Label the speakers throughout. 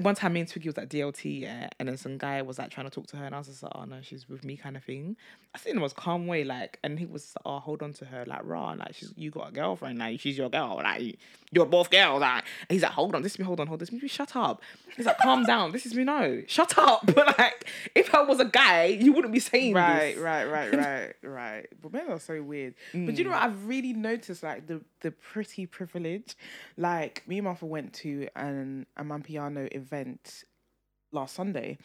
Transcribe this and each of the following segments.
Speaker 1: one time me and Twiggy was at DLT, yeah, and then some guy was like trying to talk to her, and I was just like, oh no, she's with me, kind of thing. I think it was calm way, like, and he was oh hold on to her, like raw, like she's you got a girlfriend, like she's your girl, like you're both girls, like. And he's like, hold on, this is me, hold on, hold this, me, shut up. He's like, calm down, this is me, no, shut up. But like, if I was a guy, you wouldn't be saying
Speaker 2: right,
Speaker 1: this.
Speaker 2: right, right, right, right. But men are so weird. But you know what? I've really noticed like the the pretty privilege. Like me and Martha went to an a Mampiano event last Sunday,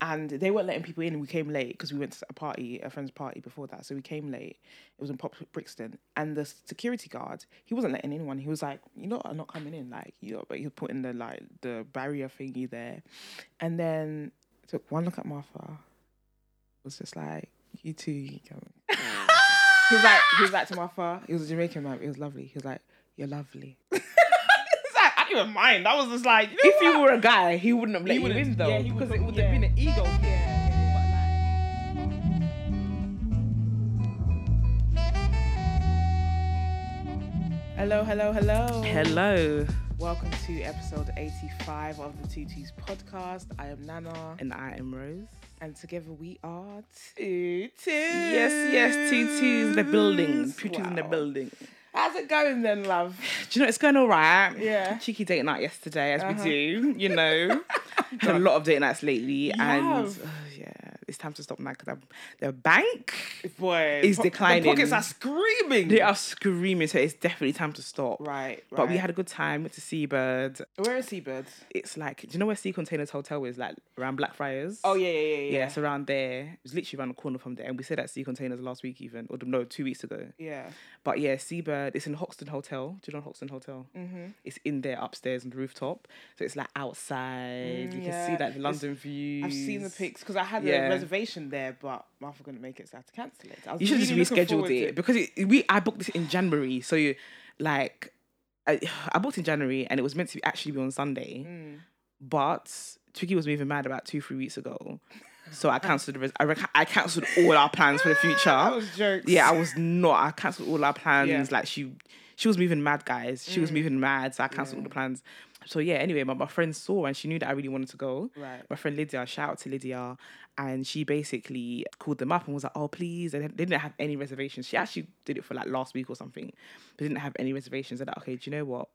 Speaker 2: and they weren't letting people in. We came late because we went to a party, a friend's party before that. So we came late. It was in Pop Brixton, and the security guard he wasn't letting anyone. He was like, "You know, I'm not coming in." Like, you know, but he was putting the like the barrier thingy there, and then took one look at Martha. Was just like, "You too." You can he was like, he was like to Martha. He was a Jamaican man. He was lovely. He was like, "You're lovely." It's like, I didn't even mind. I was just like, you know
Speaker 1: If
Speaker 2: what?
Speaker 1: you were a guy, he wouldn't have let you in though,
Speaker 2: yeah, he
Speaker 1: because it
Speaker 2: wouldn't-
Speaker 1: would
Speaker 2: yeah.
Speaker 1: have been an ego.
Speaker 2: Hello, hello, hello.
Speaker 1: Hello,
Speaker 2: Welcome to episode 85 of the Two Twos podcast. I am Nana,
Speaker 1: and I am Rose.
Speaker 2: and together we are Two Twos.
Speaker 1: Yes, yes, two twos in the building, two twos in the
Speaker 2: Wow.
Speaker 1: building.
Speaker 2: How's it going then, love?
Speaker 1: Do you know it's going all right?
Speaker 2: Yeah. Uh-huh.
Speaker 1: Cheeky date night yesterday, as we do, you know. Had a lot of date nights lately, and
Speaker 2: have.
Speaker 1: uh, yeah, it's time to stop now because the bank
Speaker 2: Boy,
Speaker 1: It's
Speaker 2: po-
Speaker 1: declining.
Speaker 2: The pockets are screaming.
Speaker 1: they are screaming, so it's definitely time to stop.
Speaker 2: Right, right.
Speaker 1: But we had a good time. Went to Seabird.
Speaker 2: Where is Seabird?
Speaker 1: It's like, do you know where Sea Containers Hotel is? Like around Blackfriars.
Speaker 2: Oh, yeah, yeah, yeah, yeah.
Speaker 1: Yeah, it's around there. It was literally around the corner from there. And we said at Sea Containers last week, even, or no, two weeks ago.
Speaker 2: Yeah.
Speaker 1: But yeah, Seabird, it's in Hoxton Hotel. Do you know Hoxton Hotel? Mm-hmm. It's in there upstairs on the rooftop. So it's like outside. you can
Speaker 2: Mm, yeah.
Speaker 1: see like the
Speaker 2: It's-
Speaker 1: London views.
Speaker 2: I've seen the pics because I had
Speaker 1: Yeah.
Speaker 2: a reservation there, but Martha couldn't make it, so I had to cancel it. I was
Speaker 1: You should have
Speaker 2: really
Speaker 1: just
Speaker 2: looking
Speaker 1: rescheduled
Speaker 2: forward to
Speaker 1: it because it, we I booked this in January. So you like I, I booked in January and it was meant to be actually be on Sunday.
Speaker 2: Mm.
Speaker 1: But Twiggy was moving mad about two, three weeks ago. So I cancelled the res- I, reca- I cancelled all our plans for the future.
Speaker 2: That was jokes.
Speaker 1: Yeah, I was not. I cancelled all our plans.
Speaker 2: Yeah. Mm.
Speaker 1: Like she, she was moving mad, guys. She was moving mad. So I cancelled all the plans. So yeah. Anyway, my, my friend saw and she knew that I really wanted to go.
Speaker 2: Right.
Speaker 1: My friend Lydia, shout out to Lydia, and she basically called them up and was like, "Oh, please." And they didn't have any reservations. She actually did it for like last week or something, but didn't have any reservations. They're like, "Okay, do you know what?"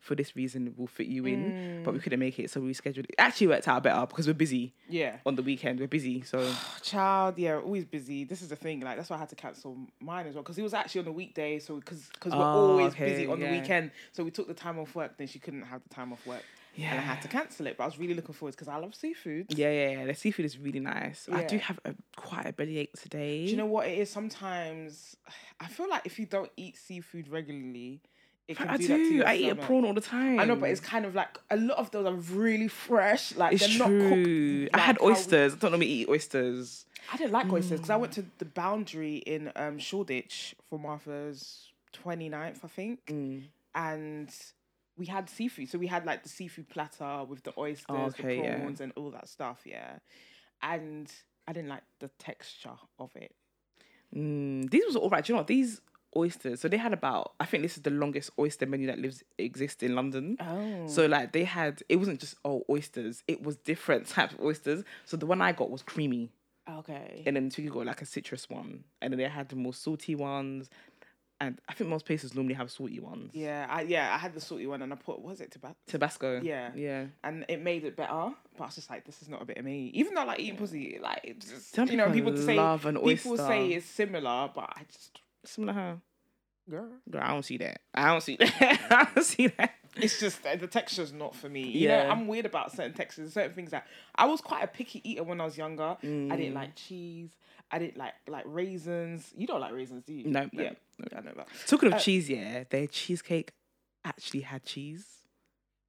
Speaker 1: For this reason, we'll fit you in,
Speaker 2: Mm.
Speaker 1: but we couldn't make it, so we scheduled it. Actually, worked out better because we're busy
Speaker 2: Yeah. Oh,
Speaker 1: on the weekend. We're busy, so
Speaker 2: child yeah always busy this is the thing like that's why i had to cancel mine as well because it was actually on the weekday so because because we're
Speaker 1: Oh,
Speaker 2: always
Speaker 1: okay,
Speaker 2: busy on
Speaker 1: yeah.
Speaker 2: the weekend so we took the time off work then she couldn't have the time off work and i had to cancel it but i was really looking forward because i love seafood
Speaker 1: Yeah, yeah, yeah. The seafood is really nice. I do
Speaker 2: Yeah.
Speaker 1: have a, quite a bellyache today.
Speaker 2: do you know what it is sometimes i feel like if you don't eat seafood regularly it can
Speaker 1: I
Speaker 2: do, that to
Speaker 1: do.
Speaker 2: your
Speaker 1: I eat a
Speaker 2: stomach.
Speaker 1: prawn all the time.
Speaker 2: I know, but it's kind of like a lot of those are really fresh. Like
Speaker 1: It's
Speaker 2: they're not cooked.
Speaker 1: true. I
Speaker 2: like
Speaker 1: had
Speaker 2: how we-
Speaker 1: oysters. Mm. I don't normally eat oysters.
Speaker 2: I didn't like oysters because I went to the Boundary in um, Shoreditch for Martha's 29th, I think.
Speaker 1: Mm.
Speaker 2: And we had seafood. So we had like the seafood platter with the oysters,
Speaker 1: okay,
Speaker 2: the
Speaker 1: yeah.
Speaker 2: prawns, and all that stuff. Yeah. And I didn't like the texture of it.
Speaker 1: Mm, these was all right. Do you know what? These oysters. So they had about. I think this is the longest oyster menu that lives exists in London.
Speaker 2: Oh.
Speaker 1: So like they had. It wasn't just oh oysters. It was different types of oysters. So the one I got was creamy.
Speaker 2: Okay.
Speaker 1: and then Twiggy got like a citrus one, and then they had the more salty ones, and I think most places normally have salty ones.
Speaker 2: yeah, I, yeah, I had the salty one and I put, was it tobacco?
Speaker 1: Tabasco.
Speaker 2: Yeah.
Speaker 1: yeah.
Speaker 2: And it made it better, but I was just like, this is not a bit of me. Even though I like eating pussy, like it's just
Speaker 1: Some
Speaker 2: you know,
Speaker 1: people
Speaker 2: people say
Speaker 1: love an
Speaker 2: people say
Speaker 1: oyster.
Speaker 2: it's similar, but I just
Speaker 1: Similar. Huh?
Speaker 2: girl.
Speaker 1: Girl, I don't see that. I don't see that. I don't see that.
Speaker 2: it's just that the texture's not for me. You know,
Speaker 1: Yeah.
Speaker 2: I'm weird about certain textures, certain things that I was quite a picky eater when I was younger. I
Speaker 1: Mm.
Speaker 2: didn't like cheese. I didn't like like raisins. You don't like raisins, do you?
Speaker 1: No, no,
Speaker 2: yeah,
Speaker 1: no.
Speaker 2: I know that.
Speaker 1: Talking of
Speaker 2: Uh,
Speaker 1: cheese, yeah, their cheesecake actually had cheese.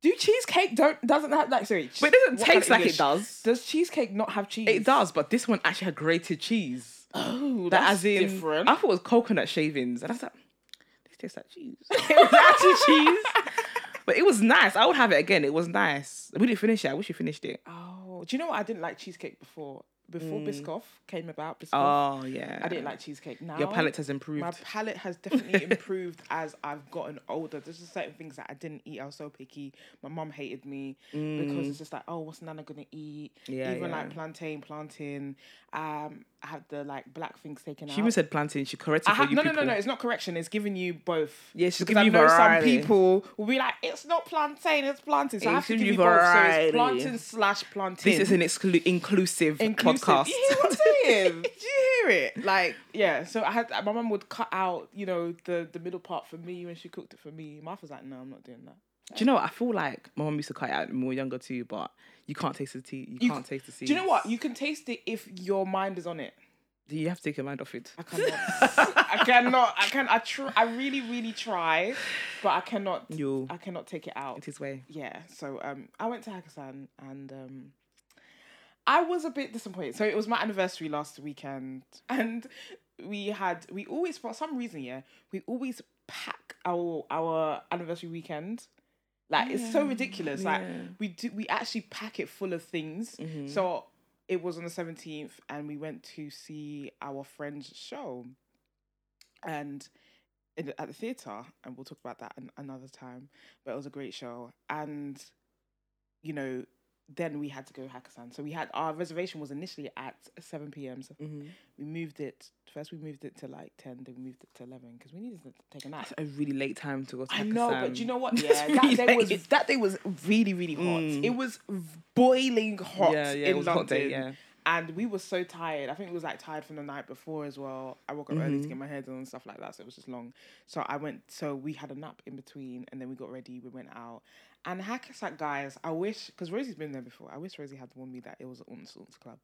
Speaker 2: Do cheesecake don't doesn't have like sorry?
Speaker 1: But it doesn't
Speaker 2: what
Speaker 1: taste
Speaker 2: kind
Speaker 1: like
Speaker 2: of
Speaker 1: it
Speaker 2: English-
Speaker 1: does.
Speaker 2: Does cheesecake not have cheese?
Speaker 1: It does, but this one actually had grated cheese.
Speaker 2: Oh,
Speaker 1: That
Speaker 2: that's
Speaker 1: as in,
Speaker 2: different.
Speaker 1: I thought it was coconut shavings, and I was like, this tastes like cheese. it was actually cheese. But it was nice. I would have it again. It was nice. We didn't finish it. I wish we finished it.
Speaker 2: Oh, do you know what? I didn't like cheesecake before before Biscoff came about. Biscoff,
Speaker 1: Mm. Oh yeah.
Speaker 2: I didn't like cheesecake. Now
Speaker 1: Your palate has improved.
Speaker 2: my palate has definitely improved as I've gotten older. There's just certain things that I didn't eat. I was so picky. My mom hated me because it's just like, oh, what's Nana gonna eat?
Speaker 1: Mm. Yeah,
Speaker 2: Even
Speaker 1: yeah.
Speaker 2: like plantain, plantain. Um, I had the like black things taken
Speaker 1: she
Speaker 2: out.
Speaker 1: even said plantain. She corrected
Speaker 2: I
Speaker 1: for
Speaker 2: ha-
Speaker 1: you
Speaker 2: no, no,
Speaker 1: people.
Speaker 2: no, no. It's not correction. It's giving you both.
Speaker 1: Yeah, she's
Speaker 2: Because
Speaker 1: giving you
Speaker 2: I know
Speaker 1: variety.
Speaker 2: some people will be like, it's not plantain, it's plantain. So I
Speaker 1: It's
Speaker 2: have to
Speaker 1: giving
Speaker 2: give
Speaker 1: you
Speaker 2: you both. So
Speaker 1: variety.
Speaker 2: it's plantain slash plantain.
Speaker 1: This is an exclu- inclusive,
Speaker 2: Inclusive.
Speaker 1: podcast.
Speaker 2: You hear what I'm saying? Do you hear it? Like, yeah. So I had my mum would cut out, you know, the the middle part for me when she cooked it for me. Martha's like, no, I'm not doing that.
Speaker 1: Do you know what? I feel like my mom used to cut it out when we were younger too, but you can't taste the tea. You, can't taste the seeds.
Speaker 2: Do you know what? You can taste it if your mind is on it.
Speaker 1: You have to take your mind off it.
Speaker 2: I cannot. I cannot. I can. I tr- I really, really try, but I cannot.
Speaker 1: You'll
Speaker 2: I cannot take it out.
Speaker 1: it his way.
Speaker 2: yeah so um i went to hakusan and um i was a bit disappointed so it was my anniversary last weekend and we had we always for some reason yeah we always pack our our anniversary weekend like it's so ridiculous like
Speaker 1: Yeah.
Speaker 2: we do we actually pack it full of things Mm-hmm.
Speaker 1: Mm-hmm.
Speaker 2: so it was on the 17th and we went to see our friend's show and in the, at the theater and we'll talk about that an, another time but it was a great show and you know then we had to go Hakusan. So we had our reservation was initially at 7 p.m. So
Speaker 1: Mm-hmm.
Speaker 2: we moved it first. We moved it to like 10, then we moved it to 11 because we needed to take a nap.
Speaker 1: That's a really late time to go to
Speaker 2: I know, but
Speaker 1: Pakistan.
Speaker 2: do you know what?
Speaker 1: It's
Speaker 2: um, Yeah,
Speaker 1: really
Speaker 2: that day was
Speaker 1: late.
Speaker 2: that day was really really hot. It was boiling hot
Speaker 1: Mm. Yeah, yeah, it
Speaker 2: in
Speaker 1: was a
Speaker 2: London,
Speaker 1: hot day, yeah.
Speaker 2: and we were so tired. I think it was like tired from the night before as well. I woke up early to
Speaker 1: Mm-hmm.
Speaker 2: get my hair done and stuff like that, so it was just long. So I went. So we had a nap in between, and then we got ready. We went out. And Hackersack guys, I wish because Rosie's been there before. I wish Rosie had warned me that it was an Unts Unts club.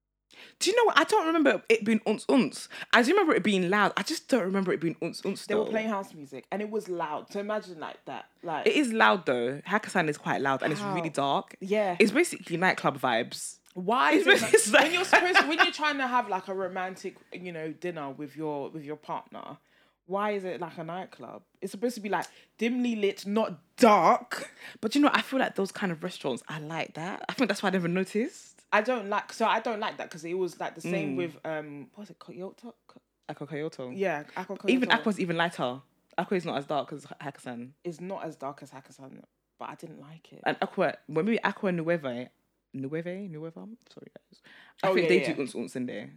Speaker 1: Do you know what? I don't remember it being unts unts. I do remember it being loud. I just don't remember it being unts unts.
Speaker 2: They were playing house music, and it was loud. So imagine like that, like
Speaker 1: It is loud though. Hakkasan is quite loud and it's really
Speaker 2: How?
Speaker 1: dark.
Speaker 2: yeah.
Speaker 1: It's basically nightclub vibes.
Speaker 2: Why is
Speaker 1: It's
Speaker 2: it
Speaker 1: just
Speaker 2: like-
Speaker 1: like-
Speaker 2: when you're supposed when you're trying to have like a romantic, you know, dinner with your with your partner, why is it like a nightclub? It's supposed to be like dimly lit, not dark.
Speaker 1: But you know, I feel like those kind of restaurants, I like that. I think that's why I never noticed.
Speaker 2: I don't like so I don't like that because it was like the same with um what was it Kyoto? K-
Speaker 1: Aqua Kyoto.
Speaker 2: Yeah, Aqua Kyoto
Speaker 1: Even Aqua's even lighter. Aqua is not as dark as Hakkasan.
Speaker 2: is not as dark as Hakusan, but I didn't like it.
Speaker 1: and Aqua, well, maybe Aqua Nueve, Nueve, Nueva. Sorry, guys. I
Speaker 2: Oh,
Speaker 1: think
Speaker 2: yeah,
Speaker 1: they
Speaker 2: yeah.
Speaker 1: do unts unts in there.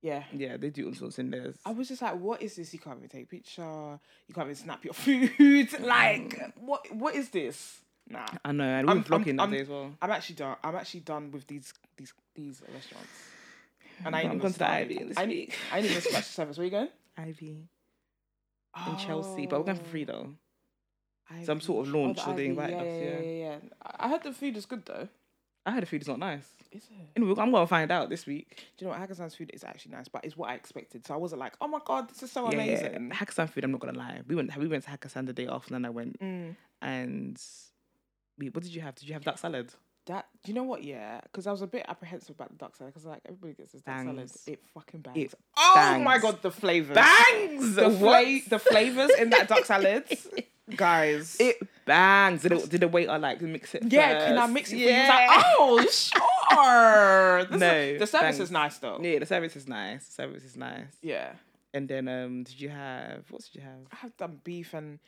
Speaker 2: Yeah.
Speaker 1: Yeah, they do unts unts in there.
Speaker 2: I was just like, what is this? You can't even take a picture. You can't even snap your food. Like, what? What is this? Nah.
Speaker 1: I know, and we were
Speaker 2: I'm- I'm-
Speaker 1: vlogging that
Speaker 2: I'm-
Speaker 1: day as well.
Speaker 2: I'm actually done. I'm actually done with these these these restaurants. And I
Speaker 1: But I'm
Speaker 2: ain't even
Speaker 1: going to the
Speaker 2: started.
Speaker 1: Ivy this
Speaker 2: I ain't-
Speaker 1: week.
Speaker 2: I ain't even scratched the surface. Where you going?
Speaker 1: Ivy in Chelsea, but we're going for free though.
Speaker 2: Oh,
Speaker 1: Some sort of
Speaker 2: Ivy.
Speaker 1: launch, so they
Speaker 2: Ivy,
Speaker 1: invited
Speaker 2: yeah,
Speaker 1: us,
Speaker 2: Yeah,
Speaker 1: yeah.
Speaker 2: yeah, yeah. I I heard the food is good though.
Speaker 1: I heard the food is not nice.
Speaker 2: Is it?
Speaker 1: Anyway, I'm going to find out this week.
Speaker 2: Do you know what? Hackersan's food is actually nice, but it's what I expected. So I wasn't like, oh my god, this is so
Speaker 1: Yeah, yeah.
Speaker 2: amazing.
Speaker 1: Hakkasan food. I'm not gonna lie. We went. We went to Hakkasan the day after, and I went.
Speaker 2: Mm.
Speaker 1: And we, what did you have? Did you have duck salad?
Speaker 2: That do you know what? Yeah, because I was a bit apprehensive about the duck salad because like everybody gets this duck salad.
Speaker 1: Bangs.
Speaker 2: It fucking bangs.
Speaker 1: It
Speaker 2: oh my
Speaker 1: bangs.
Speaker 2: god, the flavors.
Speaker 1: Bangs.
Speaker 2: The,
Speaker 1: What?
Speaker 2: fla- the flavors in that duck salad, guys.
Speaker 1: It bangs. Did, it, did the waiter like mix it?
Speaker 2: Yeah, can I
Speaker 1: first?
Speaker 2: mix it
Speaker 1: Yeah.
Speaker 2: for you? It's like, oh, sure. This is-
Speaker 1: No,
Speaker 2: the service
Speaker 1: thanks.
Speaker 2: is nice though.
Speaker 1: Yeah, the service is nice. The service is nice.
Speaker 2: Yeah.
Speaker 1: And then um, did you have what did you have?
Speaker 2: I have done beef and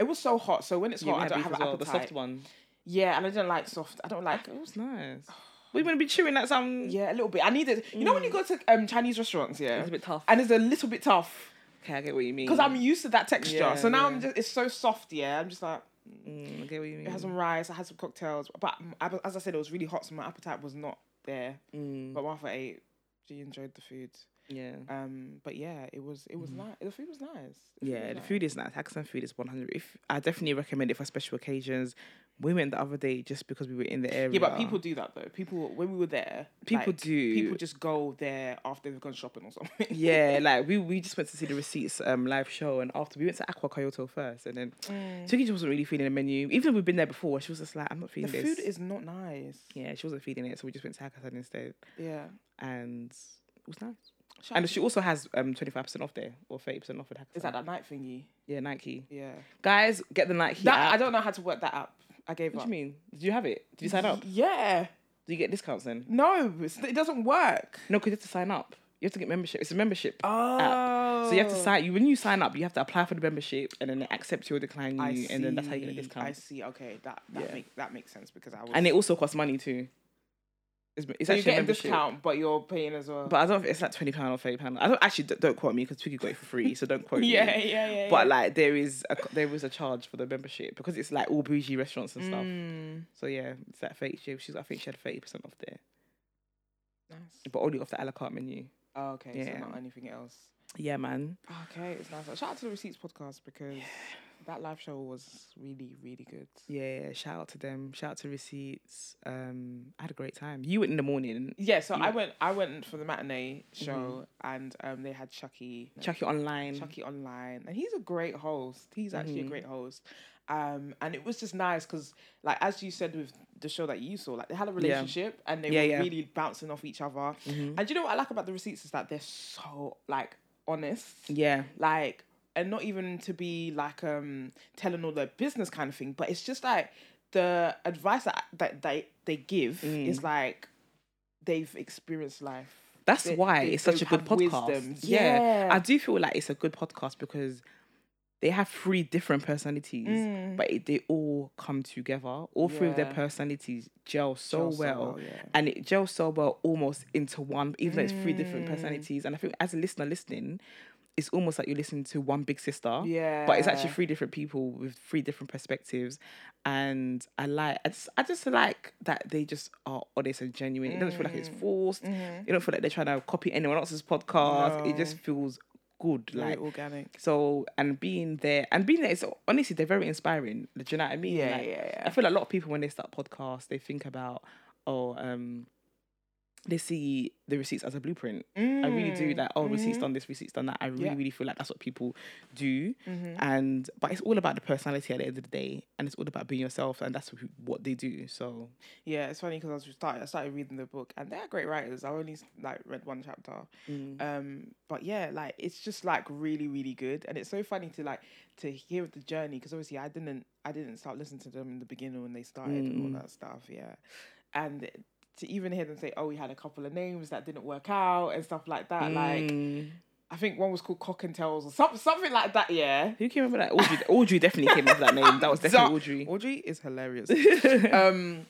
Speaker 2: it was so hot. So when it's
Speaker 1: Yeah,
Speaker 2: hot,
Speaker 1: we
Speaker 2: I
Speaker 1: had
Speaker 2: don't
Speaker 1: beef
Speaker 2: have
Speaker 1: as
Speaker 2: an
Speaker 1: well. The
Speaker 2: appetite.
Speaker 1: soft one.
Speaker 2: Yeah, and I don't like soft. I don't like.
Speaker 1: It was nice. We wouldn't be chewing like some.
Speaker 2: Yeah, a little bit. I need it. You know when you go to um, Chinese restaurants, yeah,
Speaker 1: Mm. It's a bit tough.
Speaker 2: and it's a little bit tough
Speaker 1: Okay, I get what you mean.
Speaker 2: because I'm used to that texture.
Speaker 1: Yeah,
Speaker 2: so now
Speaker 1: yeah.
Speaker 2: I'm just it's so soft. Yeah, I'm just like
Speaker 1: Mm, I get what you mean.
Speaker 2: I had some rice, I had some cocktails, but um, I- as I said, it was really hot, so my appetite was not there.
Speaker 1: Mm,
Speaker 2: But Martha ate. She enjoyed the food.
Speaker 1: yeah.
Speaker 2: Um, but yeah, it was it was nice. The food was nice.
Speaker 1: Mm-hmm. Yeah, the
Speaker 2: was
Speaker 1: food is nice. Hakkasan food is 100. If I definitely recommend it for special occasions. We went the other day just because we were in the area.
Speaker 2: nice. Yeah, but people do that though. People when we were there,
Speaker 1: People
Speaker 2: like,
Speaker 1: do.
Speaker 2: People just go there after they've gone shopping or something.
Speaker 1: yeah, like we, we just went to see the receipts um live show and after we went to Aqua Kyoto first and then Twiggy just wasn't really feeling the menu. Even though we've been there before, she was just like, I'm not
Speaker 2: the
Speaker 1: feeling this.
Speaker 2: food is not nice.
Speaker 1: yeah, she wasn't feeling it, so we just went to Hakkasan instead.
Speaker 2: Yeah.
Speaker 1: And it was nice.
Speaker 2: Shout
Speaker 1: And
Speaker 2: out-
Speaker 1: she also has um twenty five percent off there or thirty percent off at Hakkasan.
Speaker 2: is that that night thingy?
Speaker 1: Yeah, Nike.
Speaker 2: Yeah.
Speaker 1: Guys, get the Nike.
Speaker 2: That
Speaker 1: app.
Speaker 2: I don't know how to work that up. I gave
Speaker 1: What
Speaker 2: up.
Speaker 1: do you mean? Did you have it? Did you sign up?
Speaker 2: Yeah.
Speaker 1: Do you get discounts then?
Speaker 2: No, it's, it doesn't work.
Speaker 1: No, because you have to sign up. You have to get membership. It's a membership.
Speaker 2: Oh.
Speaker 1: Ah. So you have to sign. You when you sign up, you have to apply for the membership, and then they accept you or decline you,
Speaker 2: I
Speaker 1: and then that's how you get a
Speaker 2: see, I
Speaker 1: discount.
Speaker 2: see. Okay, that that
Speaker 1: Yeah.
Speaker 2: make that makes sense because I was.
Speaker 1: And it also costs money too. It's, it's
Speaker 2: so
Speaker 1: actually
Speaker 2: you get a
Speaker 1: membership.
Speaker 2: discount, but you're paying as well.
Speaker 1: But I don't. It's like twenty pound or thirty pound. I don't actually. d- Don't quote me because Twiggy got it for free, so don't quote me.
Speaker 2: yeah, yeah, yeah.
Speaker 1: But like there is a there is a charge for the membership because it's like all bougie restaurants and
Speaker 2: Mm.
Speaker 1: stuff. So yeah, it's that fake shit. She's I think she had thirty percent off there,
Speaker 2: nice.
Speaker 1: but only off the a la carte menu.
Speaker 2: Oh, okay,
Speaker 1: Yeah.
Speaker 2: so not anything else.
Speaker 1: Yeah, man.
Speaker 2: Okay, it's nice. Shout out to the Receipts podcast because that live show was really, really good.
Speaker 1: Yeah, shout out to them. Shout out to receipts. Um, I had a great time. You went in the morning.
Speaker 2: Yeah, so
Speaker 1: You
Speaker 2: I
Speaker 1: went-
Speaker 2: went. I went for the matinee show,
Speaker 1: Mm-hmm.
Speaker 2: and um, they had Chucky.
Speaker 1: Chuck it online.
Speaker 2: Chucky online, and he's a great host. He's actually
Speaker 1: Mhm.
Speaker 2: a great host. Um, and it was just nice because, like as you said with the show that you saw, like they had a relationship and they
Speaker 1: Yeah,
Speaker 2: were
Speaker 1: yeah.
Speaker 2: really bouncing off each other.
Speaker 1: Mhm.
Speaker 2: And you know what I like about the receipts is that they're so like honest,
Speaker 1: Yeah,
Speaker 2: like and not even to be like um telling all their business kind of thing, but it's just like the advice that that they they give
Speaker 1: Mm.
Speaker 2: is like they've experienced life.
Speaker 1: that's
Speaker 2: They-
Speaker 1: why
Speaker 2: they-
Speaker 1: it's such a
Speaker 2: they've
Speaker 1: good
Speaker 2: had
Speaker 1: podcast.
Speaker 2: wisdom.
Speaker 1: Yeah.
Speaker 2: Yeah.
Speaker 1: I do feel like it's a good podcast because they have three different personalities,
Speaker 2: Mm.
Speaker 1: but it, they all come together. All three of their
Speaker 2: Yeah.
Speaker 1: personalities gel so
Speaker 2: Gel so
Speaker 1: well,
Speaker 2: well, yeah.
Speaker 1: and it gels so well almost into one, even though it's three different
Speaker 2: Mm.
Speaker 1: personalities. And I think as a listener listening, it's almost like you're listening to one big sister.
Speaker 2: Yeah,
Speaker 1: but it's actually three different people with three different perspectives and i like i just, I just like that they just are honest and genuine it doesn't feel like it's forced you don't feel like they're trying to copy anyone else's podcast it just feels good
Speaker 2: very
Speaker 1: like
Speaker 2: organic.
Speaker 1: so and being there and being there is honestly they're very inspiring do you know what i mean
Speaker 2: Yeah,
Speaker 1: Like,
Speaker 2: yeah, yeah.
Speaker 1: i feel like a lot of people when they start podcasts they think about oh um they see the receipts as a blueprint I really do that. Oh, receipts done this, receipts done that. I really,
Speaker 2: Yeah.
Speaker 1: really feel like that's what people do. And but it's all about the personality at the end of the day, and it's all about being yourself, and that's who- what they do. So
Speaker 2: Yeah, it's funny because I was started. I started reading the book, and they are great writers. I only like read one chapter, um, but yeah, like it's just like really, really good, and it's so funny to like to hear the journey because obviously I didn't, I didn't start listening to them in the beginning when they started and all that stuff. Yeah, and to even hear them say, "Oh, we had a couple of names that didn't work out" and stuff like that. Like
Speaker 1: Mm.
Speaker 2: I think one was called Cock and Tails or something, something like that. Yeah,
Speaker 1: who came up with that? Audrey. Audrey definitely came up with that name. That was definitely Audrey.
Speaker 2: Audrey is hilarious. um,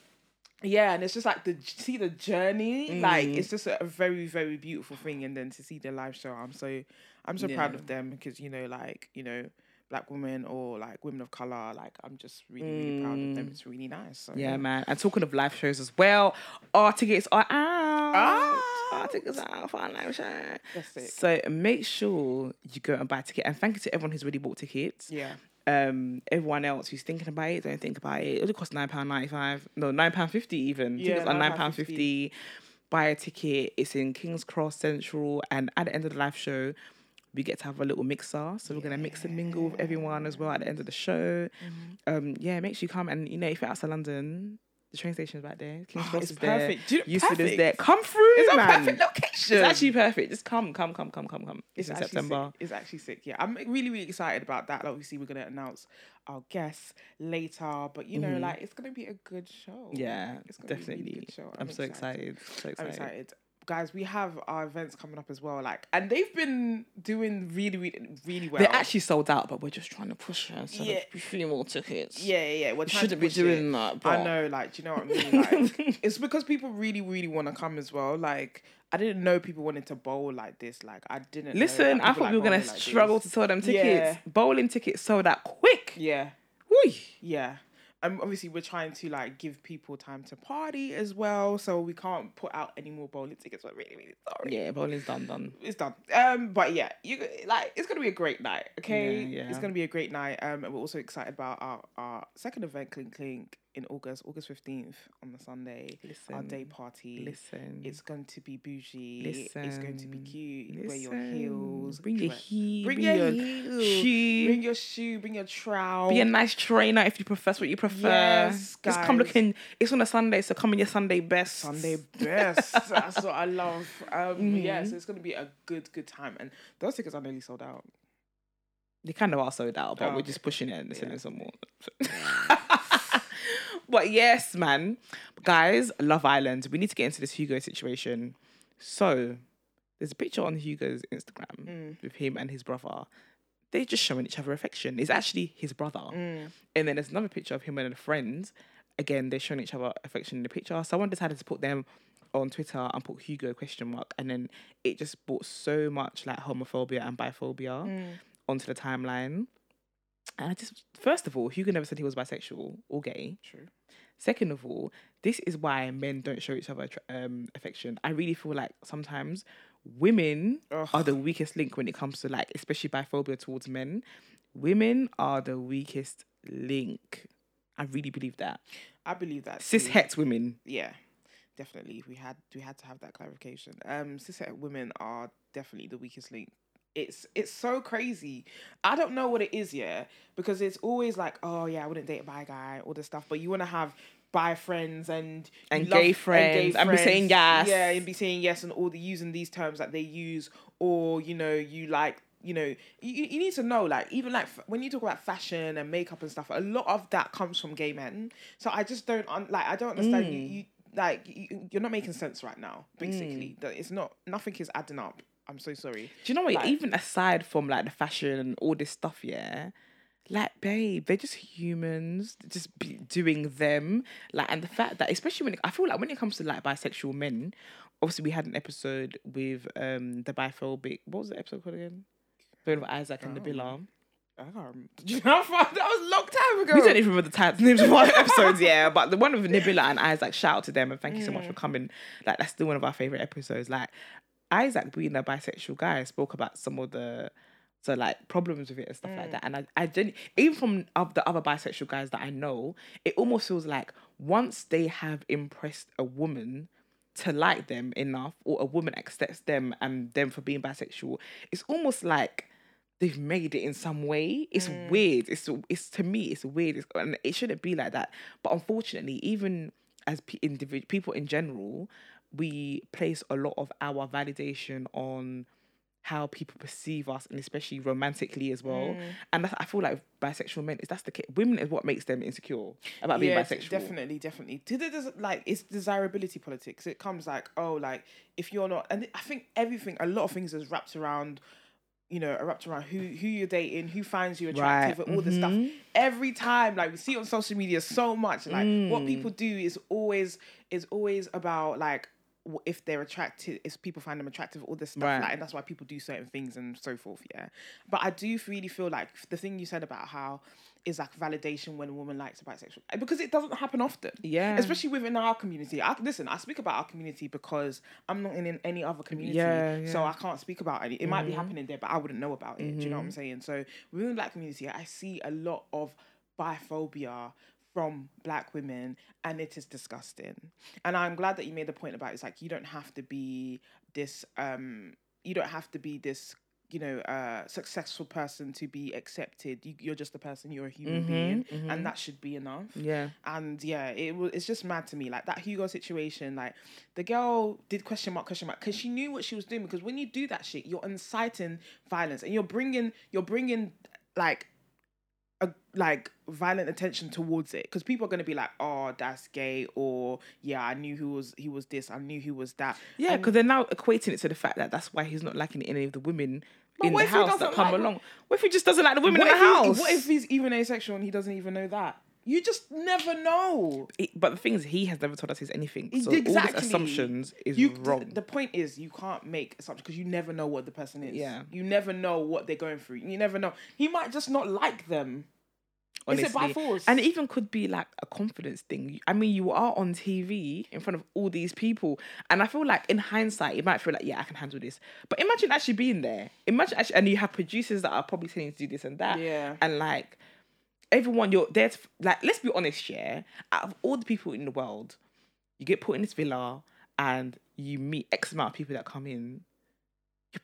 Speaker 2: yeah, and it's just like the see the journey, like
Speaker 1: Mm.
Speaker 2: it's just a, a very very beautiful thing. And then to see the live show, I'm so I'm so proud
Speaker 1: Yeah.
Speaker 2: of them because you know like you know black women or like women of color, like I'm just really really proud of them. It's really nice. So,
Speaker 1: Mm. Yeah, man. And talking of live shows as well, our tickets are out. Our
Speaker 2: Out.
Speaker 1: tickets are out for our live show.
Speaker 2: Ah! That's it.
Speaker 1: So make sure you go and buy a ticket. And thank you to everyone who's already bought tickets.
Speaker 2: Yeah.
Speaker 1: um everyone else who's thinking about it, don't think about it. It'll cost nine pound ninety five. No, nine pound fifty even.
Speaker 2: Yeah,
Speaker 1: Tickets are nine pound
Speaker 2: £9.50.
Speaker 1: fifty. Buy a ticket. It's in King's Cross Central, and at the end of the live show, we get to have a little mixer. So we're gonna mix and mingle with everyone as well at the end of the show. Um, yeah, make sure you come and you know if you're outside London, the train station's right there. King's Cross
Speaker 2: it's
Speaker 1: is
Speaker 2: perfect. Do
Speaker 1: there.
Speaker 2: you-
Speaker 1: Houston is
Speaker 2: perfect.
Speaker 1: there. Come through,
Speaker 2: It's a
Speaker 1: man.
Speaker 2: perfect location.
Speaker 1: It's actually perfect. Just come, come, come, come, come, come. It's, in
Speaker 2: actually
Speaker 1: September.
Speaker 2: Sick. It's actually sick. Yeah, I'm really really excited about that. Like, Obviously, we're gonna announce our guests later, but you know, like it's gonna be a good show.
Speaker 1: Mm-hmm. Yeah,
Speaker 2: it's gonna
Speaker 1: definitely.
Speaker 2: Be a really good show.
Speaker 1: I'm, so excited. So
Speaker 2: I'm
Speaker 1: excited.
Speaker 2: excited. Guys, we have our events coming up as well. Like, and they've been doing really, really, really well.
Speaker 1: They're actually sold out, but we're just trying to push her so
Speaker 2: Yeah.
Speaker 1: there's a few more tickets.
Speaker 2: yeah, yeah. yeah, We're trying
Speaker 1: shouldn't
Speaker 2: to
Speaker 1: be
Speaker 2: push
Speaker 1: doing
Speaker 2: it.
Speaker 1: that,
Speaker 2: I
Speaker 1: but-
Speaker 2: know. Like, do you know what I mean? Like, it's because people really, really want to come as well. Like, I didn't know people wanted to bowl like this. Like, I didn't. know
Speaker 1: Listen, I
Speaker 2: that people
Speaker 1: thought
Speaker 2: like
Speaker 1: we were gonna
Speaker 2: bowling like this.
Speaker 1: struggle to sell them tickets.
Speaker 2: Yeah.
Speaker 1: Bowling tickets sold out quick.
Speaker 2: Yeah.
Speaker 1: Whey.
Speaker 2: Yeah. Um, obviously, we're trying to like give people time to party as well, so we can't put out any more bowling tickets. We're really, really sorry.
Speaker 1: Yeah, bowling's done, done.
Speaker 2: It's done. Um, but yeah, you like it's gonna be a great night. Okay,
Speaker 1: Yeah, yeah.
Speaker 2: it's gonna be a great night. Um, and we're also excited about our, our second event, Clink Clink, in August, August fifteenth on the Sunday. our day
Speaker 1: Listen,
Speaker 2: party.
Speaker 1: Listen,
Speaker 2: It's going to be bougie. it's going to be
Speaker 1: Listen,
Speaker 2: cute. Wear your
Speaker 1: listen.
Speaker 2: heels.
Speaker 1: Bring your
Speaker 2: dre-
Speaker 1: heel.
Speaker 2: Bring your, heel.
Speaker 1: shoe.
Speaker 2: Bring your shoe. Bring your trowel.
Speaker 1: be a nice trainer if you prefer that's what you prefer.
Speaker 2: Yes,
Speaker 1: Just come
Speaker 2: guys.
Speaker 1: looking. It's on a Sunday, so come in your Sunday best.
Speaker 2: Sunday best. That's what I love. Um, Yeah,
Speaker 1: Mm-hmm.
Speaker 2: so it's gonna be a good, good time. And those tickets are nearly sold out.
Speaker 1: They kind of are sold out, but
Speaker 2: Oh,
Speaker 1: we're
Speaker 2: okay.
Speaker 1: just pushing it and selling some more. But yes, man. Guys, Love Island. We need to get into this Hugo situation. So there's a picture on Hugo's Instagram
Speaker 2: Mm.
Speaker 1: with him and his brother. They're just showing each other affection. It's actually his brother.
Speaker 2: Mm.
Speaker 1: And then there's another picture of him and a friend. Again, they're showing each other affection in the picture. Someone decided to put them on Twitter and put Hugo question mark. And then it just brought so much like homophobia and biphobia
Speaker 2: Mm.
Speaker 1: onto the timeline. And I just, first of all, Hugo never said he was bisexual or gay.
Speaker 2: True.
Speaker 1: Second of all, this is why men don't show each other attra- um, affection. I really feel like sometimes women
Speaker 2: Ugh.
Speaker 1: are the weakest link when it comes to like, especially biphobia towards men. Women are the weakest link. I really believe that.
Speaker 2: I believe that.
Speaker 1: Cis
Speaker 2: too.
Speaker 1: het women.
Speaker 2: yeah definitely we had we had to have that clarification um cishet women are definitely the weakest link it's it's so crazy i don't know what it is yeah because it's always like oh yeah i wouldn't date a bi guy all this stuff but you want to have bi friends and you
Speaker 1: And gay friends, and be saying yes.
Speaker 2: yeah and be saying yes and all the using these terms that they use or you know you like you know you, you you need to know like even like f- when you talk about fashion and makeup and stuff a lot of that comes from gay men so i just don't un- like i don't understand
Speaker 1: Mm.
Speaker 2: you, you like you, you're not making sense right now basically that it's not nothing is adding up i'm so sorry
Speaker 1: Do you know what?
Speaker 2: Like-
Speaker 1: Even aside from like the fashion and all this stuff, yeah. Like, babe, they're just humans, just be doing them. Like, and the fact that, especially when it, I feel like when it comes to like bisexual men, obviously we had an episode with um the biphobic. What was the episode called again? The one with Isaac and the Bilal.
Speaker 2: i can't remember Do you know how far that was a long time ago
Speaker 1: We don't even remember the titles, names of our episodes, yeah. But the one with Nibula and Isaac, shout out to them and thank you so much for coming. Like that's still one of our favorite episodes. Like Isaac being a bisexual guy spoke about some of the so like problems with it and stuff like that. And I, I didn't even from of the other bisexual guys that I know, it almost feels like once they have impressed a woman to like them enough, or a woman accepts them and them for being bisexual, it's almost like they've made it in some way. It's
Speaker 2: Hmm.
Speaker 1: weird. It's it's to me, it's weird. It's, and it shouldn't be like that. But unfortunately, even as pe- individ- people in general, we place a lot of our validation on how people perceive us, and especially romantically as well.
Speaker 2: Hmm.
Speaker 1: And that's, I feel like bisexual men is that's the case. Women is what makes them insecure about being
Speaker 2: Yeah,
Speaker 1: bisexual.
Speaker 2: Definitely, definitely. To the des- like it's desirability politics. It comes like, oh, like if you're not and I think everything a lot of things is wrapped around you know, are wrapped around who who you're dating, who finds you attractive,
Speaker 1: Right,
Speaker 2: and all this stuff.
Speaker 1: Mm-hmm.
Speaker 2: Every time, like we see on social media so much, like
Speaker 1: Mm.
Speaker 2: what people do is always is always about like w- if they're attracted, if people find them attractive, all this stuff.
Speaker 1: Right.
Speaker 2: Like, and that's why people do certain things and so forth. Yeah, but I do really feel like the thing you said about how is like validation when a woman likes a bisexual eh, because it doesn't happen often.
Speaker 1: Yeah.
Speaker 2: especially within our community. I, listen, I speak about our community because I'm not in, in any other community,
Speaker 1: Yeah, Mm-hmm.
Speaker 2: so I can't speak about any. It might be happening there, but I wouldn't know about it. Do you know what I'm saying? So within the black community, I see a lot of biphobia from black women, and it is disgusting. And I'm glad that you made the point about it's like you don't have to be this. um You don't have to be this. You know, uh, successful person to be accepted. You, you're just a person. You're a human being, and that should be enough
Speaker 1: Mm-hmm, Yeah.
Speaker 2: and yeah, it was. It's just mad to me, like that Hugo situation. Like the girl did question mark question mark because she knew what she was doing. Because when you do that shit, you're inciting violence and you're bringing you're bringing like a like violent attention towards it because people are gonna be like, oh, that's gay, or yeah, I knew who was he was this, I knew who was that.
Speaker 1: Yeah, because they're now equating it to the fact that that's why he's not liking any of the women in
Speaker 2: what
Speaker 1: the
Speaker 2: if he
Speaker 1: house that
Speaker 2: doesn't
Speaker 1: come
Speaker 2: like-
Speaker 1: along. What if he just doesn't like the women
Speaker 2: What
Speaker 1: in
Speaker 2: if,
Speaker 1: the
Speaker 2: he-
Speaker 1: house?
Speaker 2: what if he's even asexual and he doesn't even know that? You just never know.
Speaker 1: He- but the thing is, he has never told us he's anything. So all
Speaker 2: Exactly.
Speaker 1: these assumptions is
Speaker 2: you,
Speaker 1: wrong.
Speaker 2: The point is, you can't make assumptions because you never know what the person is.
Speaker 1: Yeah.
Speaker 2: You never know what they're going through. You never know. He might just not like them.
Speaker 1: honestly.
Speaker 2: Is it by force?
Speaker 1: And it even could be like a confidence thing. I mean, you are on TV in front of all these people, and I feel like in hindsight, you might feel like, yeah, I can handle this. But imagine actually being there. Imagine actually, and you have producers that are probably telling you to do this and that.
Speaker 2: Yeah.
Speaker 1: And like, everyone, you're there. To, like, let's be honest, yeah. Out of all the people in the world, you get put in this villa, and you meet X amount of people that come in.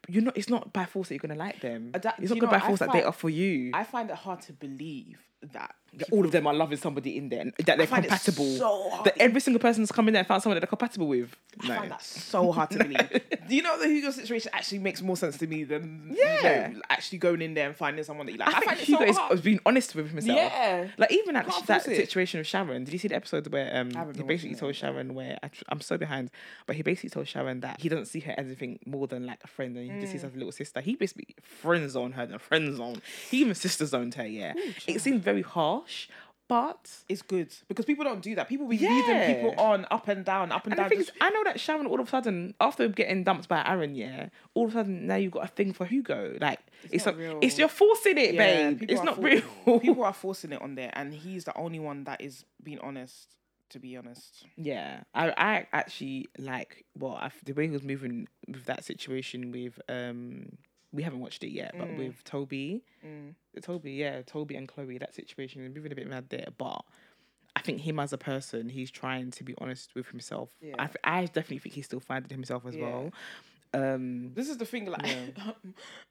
Speaker 1: You're not. It's not by force that you're gonna like them.
Speaker 2: Uh, that-
Speaker 1: it's
Speaker 2: do
Speaker 1: not
Speaker 2: you
Speaker 1: good
Speaker 2: know
Speaker 1: by
Speaker 2: what? I
Speaker 1: force that they
Speaker 2: find-
Speaker 1: are for you.
Speaker 2: I find it hard to believe that.
Speaker 1: that all of them are loving somebody in there and that they're
Speaker 2: I find it
Speaker 1: compatible.
Speaker 2: so hard.
Speaker 1: That every single person's come in there and found someone that they're compatible with.
Speaker 2: I
Speaker 1: No.
Speaker 2: find that so hard to believe. Do you know the Hugo situation actually makes more sense to me than you
Speaker 1: Yeah.
Speaker 2: know, actually going in there and finding someone that you like?
Speaker 1: I, think
Speaker 2: find
Speaker 1: Hugo
Speaker 2: it
Speaker 1: is,
Speaker 2: so hard.
Speaker 1: was being honest with himself.
Speaker 2: Yeah.
Speaker 1: Like even at
Speaker 2: can't
Speaker 1: that
Speaker 2: force it.
Speaker 1: situation with Sharon, did you see the episode where um he
Speaker 2: haven't been watching
Speaker 1: basically
Speaker 2: it.
Speaker 1: told Sharon where I tr- I'm so behind, but he basically told Sharon that he doesn't see her as anything more than like a friend and he just sees
Speaker 2: Mm.
Speaker 1: her as a little sister. He basically friend zoned her, the friend zone. He even sister zoned her. Yeah, it seemed very harsh, but
Speaker 2: It's good because people don't do that. People be leading
Speaker 1: Yeah.
Speaker 2: people on up and down, up and,
Speaker 1: And the
Speaker 2: down.
Speaker 1: thing is,
Speaker 2: just-
Speaker 1: I know that Sharon all of a sudden, after getting dumped by Aaron, yeah, all of a sudden now you've got a thing for Hugo. Like it's,
Speaker 2: not
Speaker 1: not
Speaker 2: real.
Speaker 1: It's you're forcing it,
Speaker 2: Yeah,
Speaker 1: babe.
Speaker 2: people
Speaker 1: It's
Speaker 2: are
Speaker 1: not
Speaker 2: for-
Speaker 1: real.
Speaker 2: people are forcing it on there, and he's the only one that is being honest. To be honest,
Speaker 1: yeah, I, I actually like well, i the way he was moving with that situation with um, we haven't watched it yet,
Speaker 2: Mm.
Speaker 1: but with Toby, Toby, yeah, Toby and Chloe, that situation is moving a bit mad there, but. I think him as a person, he's trying to be honest with himself.
Speaker 2: Yeah.
Speaker 1: I, th- I definitely think he's still finding himself as
Speaker 2: Yeah.
Speaker 1: well. Um,
Speaker 2: this is the thing. Like,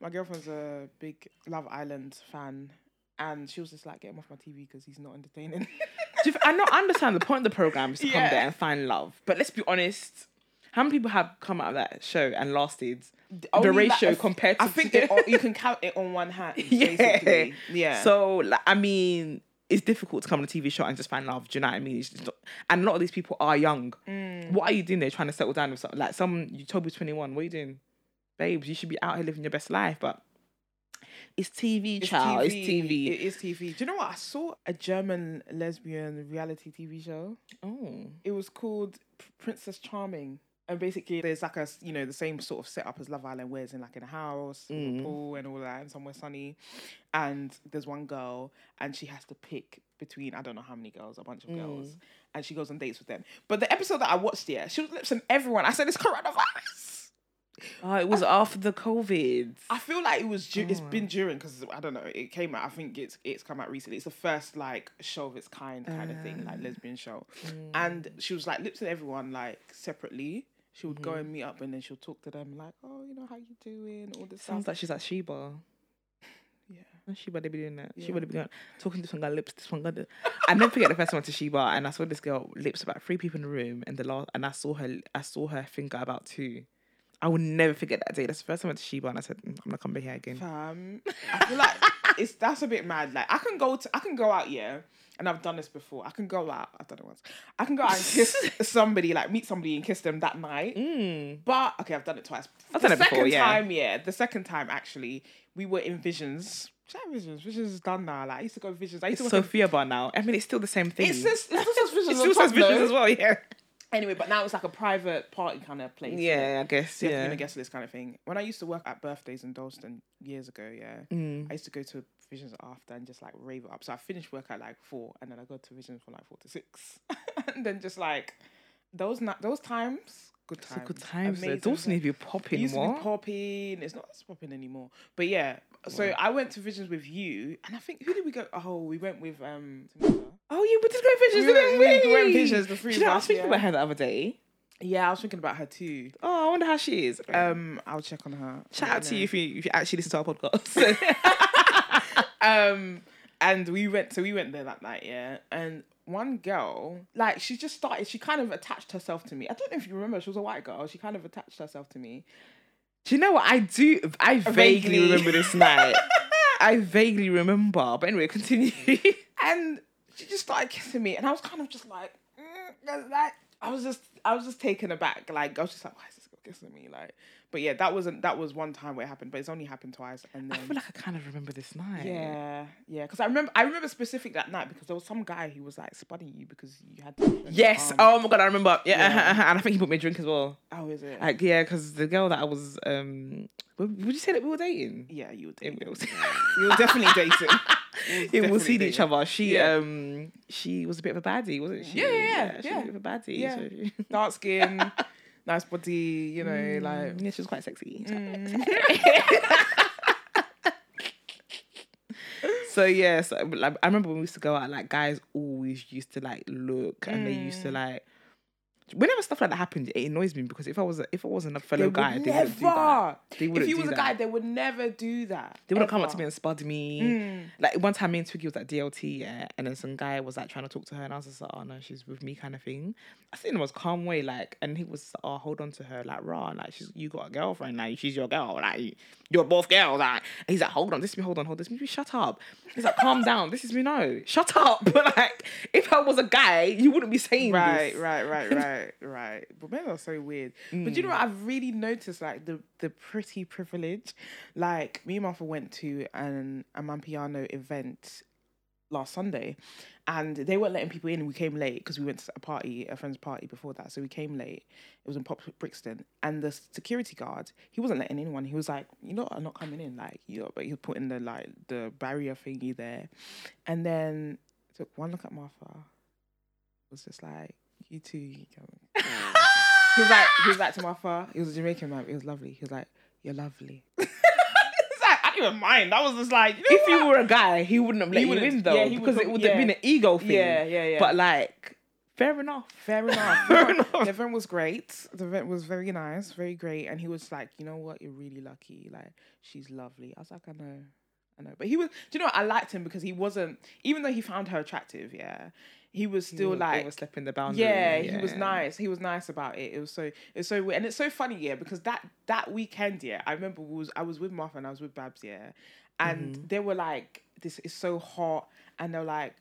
Speaker 2: my girlfriend's a big Love Island fan, and she was just like, "Get him off my TV because he's not entertaining."
Speaker 1: Do you, I know I understand the point of the program is to
Speaker 2: Yeah.
Speaker 1: come there and find love, but let's be honest. How many people have come out of that show and lasted
Speaker 2: Only,
Speaker 1: the
Speaker 2: like,
Speaker 1: ratio
Speaker 2: a f-
Speaker 1: compared to
Speaker 2: I think it, you can count it on one hand.
Speaker 1: yeah.
Speaker 2: Basically. yeah.
Speaker 1: So like, I mean, it's difficult to come on a TV show and just find love. Do you know what I mean? It's just not, and a lot of these people are young.
Speaker 2: Mm.
Speaker 1: What are you doing there trying to settle down with something? Like some you told me twenty one, what are you doing? Babes, you should be out here living your best life, but it's TV, child. It's TV.
Speaker 2: It is TV. Do you know what? I saw a German lesbian reality TV show.
Speaker 1: oh.
Speaker 2: It was called P- Princess Charming. And basically, there's like a s- you know the same sort of setup as Love Island, where it's in like in a house, with a pool, and all that, and somewhere sunny. And there's one girl, and she has to pick between I don't know how many girls, a bunch of girls, and she goes on dates with them. But the episode that I watched, yeah, she was lips on everyone. I said it's coronavirus.
Speaker 1: oh, it was after the COVID.
Speaker 2: I feel like it was du- it's been during because I don't know it came out. I think it's it's come out recently. It's the first like show of its kind kind of thing, like lesbian show. And she was like lips to everyone like separately. She would go and meet up and then she'll talk to them like, oh, you know how you doing, all this
Speaker 1: Sounds
Speaker 2: stuff.
Speaker 1: like she's at Sheba.
Speaker 2: Yeah.
Speaker 1: And Sheba, they be doing that. Sheba, they be doing talking to this one guy, lips, this one guy. the- I never forget the first one to Sheba, and I saw this girl lips about three people in the room, and the last, and I saw her, I saw her finger about two. I will never forget that day. That's the first time I went to Sheba, and I said, "Mm, I'm not coming back here again.
Speaker 2: Um, I feel like it's that's a bit mad. Like I can go to I can go out yeah, and I've done this before. I can go out. I've done it once. I can go out and kiss somebody, like meet somebody and kiss them that night. But okay, I've done it twice. I've
Speaker 1: Mm. done
Speaker 2: the
Speaker 1: it before,
Speaker 2: second
Speaker 1: yeah.
Speaker 2: time, yeah. The second time actually, we were in Visions. Shout out Visions. Visions is done now. Like I used to go to Visions. I used to. work in-
Speaker 1: Sophia Bar now. I mean, it's still the same thing.
Speaker 2: It's just it's just Visions.
Speaker 1: It's
Speaker 2: on
Speaker 1: still
Speaker 2: top,
Speaker 1: suspicious
Speaker 2: though.
Speaker 1: as well. Yeah.
Speaker 2: Anyway, but now it's like a private party kind of place.
Speaker 1: Yeah, I guess.
Speaker 2: So you have to be on
Speaker 1: Yeah.
Speaker 2: a guest list kind of thing. When I used to work at birthdays in Dalston years ago, yeah, I used to go to Visions after and just like rave it up. So I finished work at like four, and then I go to Visions from like four to six, and then just like those na- those times, good times,
Speaker 1: Good times. though.
Speaker 2: amazing
Speaker 1: It's also need to be popping.
Speaker 2: it used to
Speaker 1: what?
Speaker 2: be popping. It's not as popping anymore. But yeah, so I went to Visions with you, and I think who did we go? Oh, we went with um. Tamika.
Speaker 1: oh, yeah, we did go visions,
Speaker 2: We
Speaker 1: didn't
Speaker 2: went-
Speaker 1: we?
Speaker 2: we went Visions, the three
Speaker 1: Do you know,
Speaker 2: of
Speaker 1: I
Speaker 2: us,
Speaker 1: was thinking
Speaker 2: yeah.
Speaker 1: about her the other day.
Speaker 2: Yeah, I was thinking about her too.
Speaker 1: Oh, I wonder how she is.
Speaker 2: Um, I'll check on her.
Speaker 1: Shout
Speaker 2: Let
Speaker 1: out
Speaker 2: you
Speaker 1: to
Speaker 2: know.
Speaker 1: you if you, if you actually listen to our podcast.
Speaker 2: um and we went so we went there that night yeah and one girl like she just started she kind of attached herself to me i don't know if you remember she was a white girl she kind of attached herself to me
Speaker 1: Do you know what I do? I vaguely,
Speaker 2: Vaguely.
Speaker 1: remember this night. I vaguely remember, but anyway, continue.
Speaker 2: and she just started kissing me and i was kind of just like mm, that's like i was just i was just taken aback like i was just like why is this girl kissing me like but yeah that wasn't that was one time where it happened but it's only happened twice and
Speaker 1: I feel
Speaker 2: then
Speaker 1: like I kind of remember this night.
Speaker 2: yeah, yeah, because I remember, I remember specific that night because there was some guy who was like spotting you because you had. To
Speaker 1: Yes.
Speaker 2: Um,
Speaker 1: Oh my god, I remember. Yeah. And I think he bought me a drink as well.
Speaker 2: oh, is it?
Speaker 1: Like yeah, because the girl that I was, um, would would you say that we were dating?
Speaker 2: yeah, you would.
Speaker 1: It was.
Speaker 2: You were definitely dating.
Speaker 1: Yeah, we were seeing
Speaker 2: Definitely
Speaker 1: each other. She
Speaker 2: Yeah.
Speaker 1: um she was a bit of a baddie, wasn't she?
Speaker 2: Yeah, yeah, yeah,
Speaker 1: She
Speaker 2: yeah.
Speaker 1: was a bit of a baddie.
Speaker 2: Yeah.
Speaker 1: so she-
Speaker 2: Dark skin, nice body, you know,
Speaker 1: Mm.
Speaker 2: like.
Speaker 1: yeah, she was quite sexy. so yeah, so Mm. like I remember when we used to go out, like guys always used to like look and they used to like Whenever stuff like that happens, it annoys me because if I was a, if I wasn't a fellow
Speaker 2: would
Speaker 1: guy, they wouldn't do that.
Speaker 2: never.
Speaker 1: They wouldn't
Speaker 2: if you
Speaker 1: do
Speaker 2: was a
Speaker 1: that.
Speaker 2: guy, they would never do that.
Speaker 1: They wouldn't come up
Speaker 2: ever. Mm.
Speaker 1: to me and spud me. Like one time, me and Twiggy was at DLT, yeah, and then some guy was like trying to talk to her, and I was just like, "Oh no, she's with me," kind of thing. I think in the most calm way, like, and he was, "Oh, hold on to her, like, raw, like, she's you got a girlfriend, like, she's your girl, like, you're both girls." Like, and he's like, "Hold on, this is me, hold on, hold this is me, shut up." He's like, "Calm down, this is me, no, shut up." But like, if I was a guy, you wouldn't be saying
Speaker 2: Right,
Speaker 1: this.
Speaker 2: right, right, right, right. But men are so weird. But you know what? I've really noticed like the the pretty privilege. Like me and Martha went to an a Mampiano event last Sunday, and they weren't letting people in. We came late because we went to a party, a friend's party before that. So we came late. It was in Pop Brixton, and the security guard he wasn't letting anyone. He was like, "You know, I'm not coming in." Like, you know, but he was putting the like the barrier thingy there, and then took one look at Martha. Was just like, "You too." You can
Speaker 1: Mm.
Speaker 2: he was like, he was like to my far. He was a Jamaican man. He was lovely. He was like, you're lovely.
Speaker 1: It's like, I didn't even mind. I was just like,
Speaker 2: know
Speaker 1: if you were a guy, he wouldn't have let
Speaker 2: He
Speaker 1: you
Speaker 2: wouldn't-
Speaker 1: in though,
Speaker 2: yeah, he would
Speaker 1: because it
Speaker 2: prob-
Speaker 1: would
Speaker 2: yeah.
Speaker 1: have been an ego thing.
Speaker 2: yeah, yeah.
Speaker 1: But like, fair enough.
Speaker 2: fair enough.
Speaker 1: Fair
Speaker 2: The
Speaker 1: enough.
Speaker 2: event was great. The event was very nice, very great. And he was like, you know what? You're really lucky. Like, she's lovely. I was like, I know, I know. But he was. Do you know? What? I liked him because he wasn't. Even though he found her attractive, yeah, he was still like
Speaker 1: overstepping the boundary.
Speaker 2: Yeah, he was nice. He was nice about it. It was so it's so weird. And it's so funny, yeah, because that that weekend, yeah, I remember we was I was with Martha and I was with Babs, yeah. And
Speaker 1: Mm-hmm.
Speaker 2: they were like, This is so hot and they're like,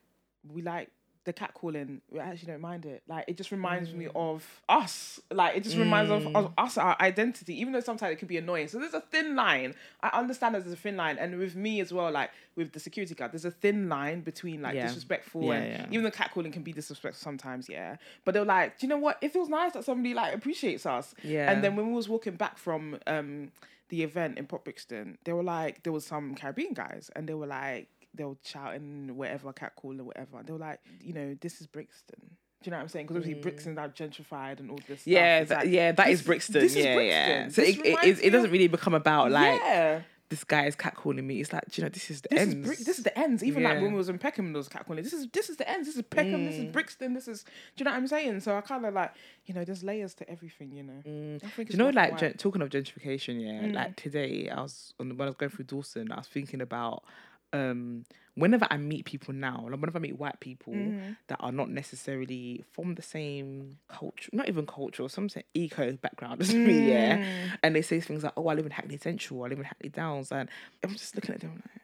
Speaker 2: We like the cat calling, we actually don't mind it. Like it just reminds me
Speaker 1: Mm.
Speaker 2: of us. Like it just reminds us of us, our identity, even though sometimes it can be annoying. So there's a thin line. I understand that there's a thin line. And with me as well, like with the security guard, there's a thin line between like
Speaker 1: Yeah.
Speaker 2: disrespectful
Speaker 1: Yeah,
Speaker 2: and
Speaker 1: yeah.
Speaker 2: even even the catcalling can be disrespectful sometimes, yeah. But they were like, do you know what? It feels nice that somebody like appreciates us.
Speaker 1: Yeah.
Speaker 2: And then when we was walking back from um the event in Port Brixton, they were like, there was some Caribbean guys, and they were like, they were shouting whatever catcalling or whatever. And they were like, you know, this is Brixton. Do you know what I'm saying? Because obviously Brixton's now gentrified and all this. Stuff.
Speaker 1: Mm. Yeah,
Speaker 2: It's
Speaker 1: that,
Speaker 2: like,
Speaker 1: yeah, that is
Speaker 2: this-
Speaker 1: Brixton.
Speaker 2: This is
Speaker 1: yeah,
Speaker 2: Brixton.
Speaker 1: yeah. So
Speaker 2: This
Speaker 1: it, it,
Speaker 2: reminds
Speaker 1: it,
Speaker 2: me
Speaker 1: it doesn't
Speaker 2: of-
Speaker 1: really become about like
Speaker 2: yeah.
Speaker 1: this guy is catcalling me. It's like, do you know, this is the
Speaker 2: this
Speaker 1: ends.
Speaker 2: is Bri- this is the ends. Even like
Speaker 1: Yeah. Mm.
Speaker 2: when we was in Peckham, there was catcalling. This is this is the ends. This is Peckham. This is Brixton. This is. Do you know what I'm saying? So I kind of like you know, there's layers to everything. You know. I think
Speaker 1: Mm. Do
Speaker 2: it's Mm.
Speaker 1: you know,
Speaker 2: black and
Speaker 1: like
Speaker 2: white.
Speaker 1: gen- talking of gentrification, yeah. Like today, I was on the, when I was going through Dawson, I was thinking about um whenever I meet people now, like whenever I meet white people
Speaker 2: Mm-hmm.
Speaker 1: that are not necessarily from the same culture, not even cultural, some sort of eco background as me,
Speaker 2: Mm.
Speaker 1: yeah. And they say things like, "Oh, I live in Hackney Central. I live in Hackney Downs," and I'm just looking at them like.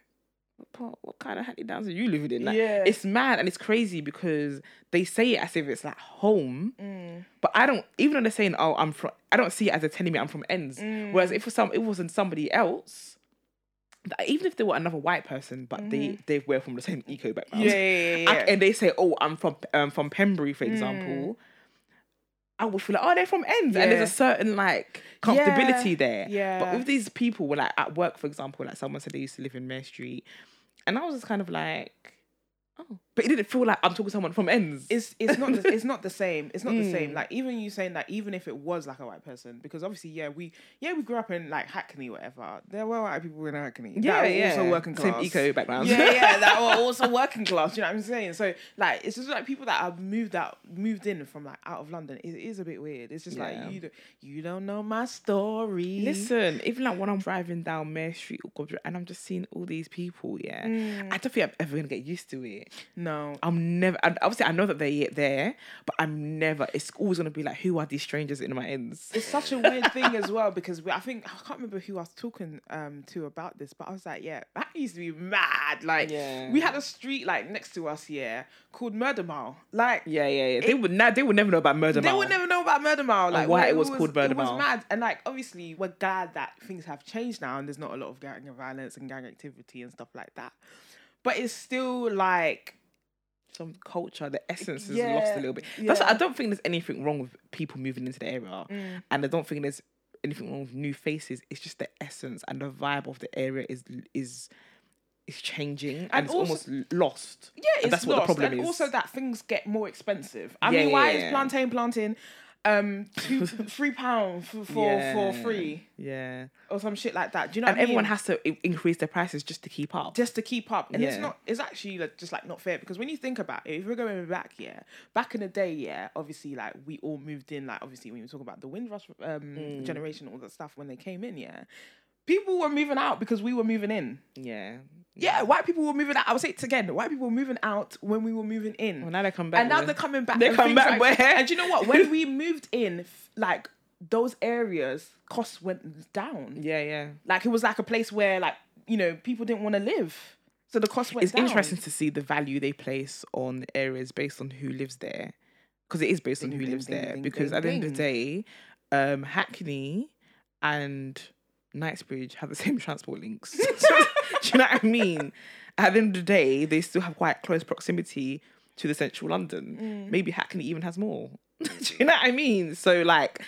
Speaker 1: "What part- What kind of Hackney Downs are you living in? Like,
Speaker 2: Yeah.
Speaker 1: it's mad and it's crazy because they say it as if it's like home,
Speaker 2: Mm.
Speaker 1: but I don't. Even though they're saying, "Oh, I'm from," I don't see it as a telling me I'm from ends.
Speaker 2: Mm.
Speaker 1: Whereas if for some, it wasn't somebody else. that- Even if they were another white person, but they they were from the same eco background,
Speaker 2: Mm-hmm. Yeah, yeah, yeah,
Speaker 1: I-
Speaker 2: yeah.
Speaker 1: and they say, "Oh, I'm from um, from Pembury, for example," I would feel like, "Oh, they're from ends," and
Speaker 2: Yeah.
Speaker 1: there's a certain like comfortability
Speaker 2: Yeah,
Speaker 1: there.
Speaker 2: yeah.
Speaker 1: But with these people, were like at work, for example, like someone said they used to live in Mare Street, and I was just kind of like, "Oh," but it didn't feel like I'm talking to someone from ends.
Speaker 2: it's it's not the, it's not the same. It's not the
Speaker 1: Mm.
Speaker 2: same. Like even you saying that, even if it was like a white person, because obviously, yeah, we yeah we grew up in like Hackney, whatever. There were white people in Hackney.
Speaker 1: Yeah,
Speaker 2: that were
Speaker 1: yeah.
Speaker 2: Also working
Speaker 1: Same
Speaker 2: class.
Speaker 1: eco background.
Speaker 2: Yeah, yeah. That were also working class. You know what I'm saying? So like, it's just like people that have moved out, moved in from like out of London. It is a bit weird. It's just
Speaker 1: Yeah.
Speaker 2: like you don't you don't know my story.
Speaker 1: Listen, even like when I'm driving down Mare Street or Gob- and I'm just seeing all these people, yeah, I don't think I'm ever gonna get used to it.
Speaker 2: Mm. No.
Speaker 1: I'm never. And obviously, I know that they're there, but I'm never. It's always gonna be like, who are these strangers in my ends?
Speaker 2: it's such a weird thing as well because we, I think I can't remember who I was talking um to about this, but I was like, yeah, that used to be mad. Like,
Speaker 1: Yeah.
Speaker 2: we had a street like next to us, yeah, called Murder Mile. Like,
Speaker 1: Yeah, yeah, yeah. they would now. They would never know about murder.
Speaker 2: they
Speaker 1: Mile.
Speaker 2: would never know about Murder Mile. Like,
Speaker 1: why
Speaker 2: where
Speaker 1: it was called Murder
Speaker 2: it was
Speaker 1: Mile.
Speaker 2: mad, and like obviously we're glad that things have changed now, and there's not a lot of gang violence and gang activity and stuff like that. But it's still like
Speaker 1: Some culture, the essence is
Speaker 2: Yeah,
Speaker 1: lost a little bit. That's.
Speaker 2: yeah. Mm.
Speaker 1: I don't think there's anything wrong with people moving into the area, and I don't think there's anything wrong with new faces. It's just the essence and the vibe of the area is is is changing, and, it's
Speaker 2: also-
Speaker 1: almost lost.
Speaker 2: Yeah,
Speaker 1: And
Speaker 2: it's
Speaker 1: that's
Speaker 2: lost.
Speaker 1: what the problem
Speaker 2: and
Speaker 1: is.
Speaker 2: also that things get more expensive. I
Speaker 1: Yeah,
Speaker 2: mean,
Speaker 1: yeah,
Speaker 2: why
Speaker 1: yeah,
Speaker 2: is
Speaker 1: yeah.
Speaker 2: plantain planting um two three pounds for for, for
Speaker 1: Yeah.
Speaker 2: free
Speaker 1: Yeah.
Speaker 2: or some shit like that. Do you know
Speaker 1: And
Speaker 2: what I mean?
Speaker 1: everyone has to i- increase their prices just to keep up.
Speaker 2: just to keep up. And it's
Speaker 1: Yeah.
Speaker 2: not it's actually like, just like not fair because when you think about it, if we're going back, yeah, back in the day, yeah, obviously like we all moved in, like obviously when you talk about the Windrush um
Speaker 1: Mm.
Speaker 2: generation, all that stuff when they came in, yeah. People were moving out because we were moving in.
Speaker 1: Yeah.
Speaker 2: Yeah, white people were moving out. I'll say it again. White people were moving out when we were moving in.
Speaker 1: Well, now they come back.
Speaker 2: and now
Speaker 1: with-
Speaker 2: they're coming back.
Speaker 1: They
Speaker 2: and
Speaker 1: come
Speaker 2: things
Speaker 1: back
Speaker 2: Like,
Speaker 1: with-
Speaker 2: and do you know what? When we moved in, f- like those areas, costs went down.
Speaker 1: Yeah, yeah.
Speaker 2: Like it was like a place where like you know people didn't want to live, so the cost went.
Speaker 1: It's
Speaker 2: down.
Speaker 1: interesting to see the value they place on areas based on who lives there, because it is based on
Speaker 2: Ding,
Speaker 1: who
Speaker 2: ding,
Speaker 1: lives
Speaker 2: ding,
Speaker 1: there.
Speaker 2: ding,
Speaker 1: because
Speaker 2: ding,
Speaker 1: at the end of the day, um, Hackney and Knightsbridge have the same transport links. Do you know what I mean? At the end of the day, they still have quite close proximity to the central London. Maybe Hackney even has more. Do you know what I mean? So like,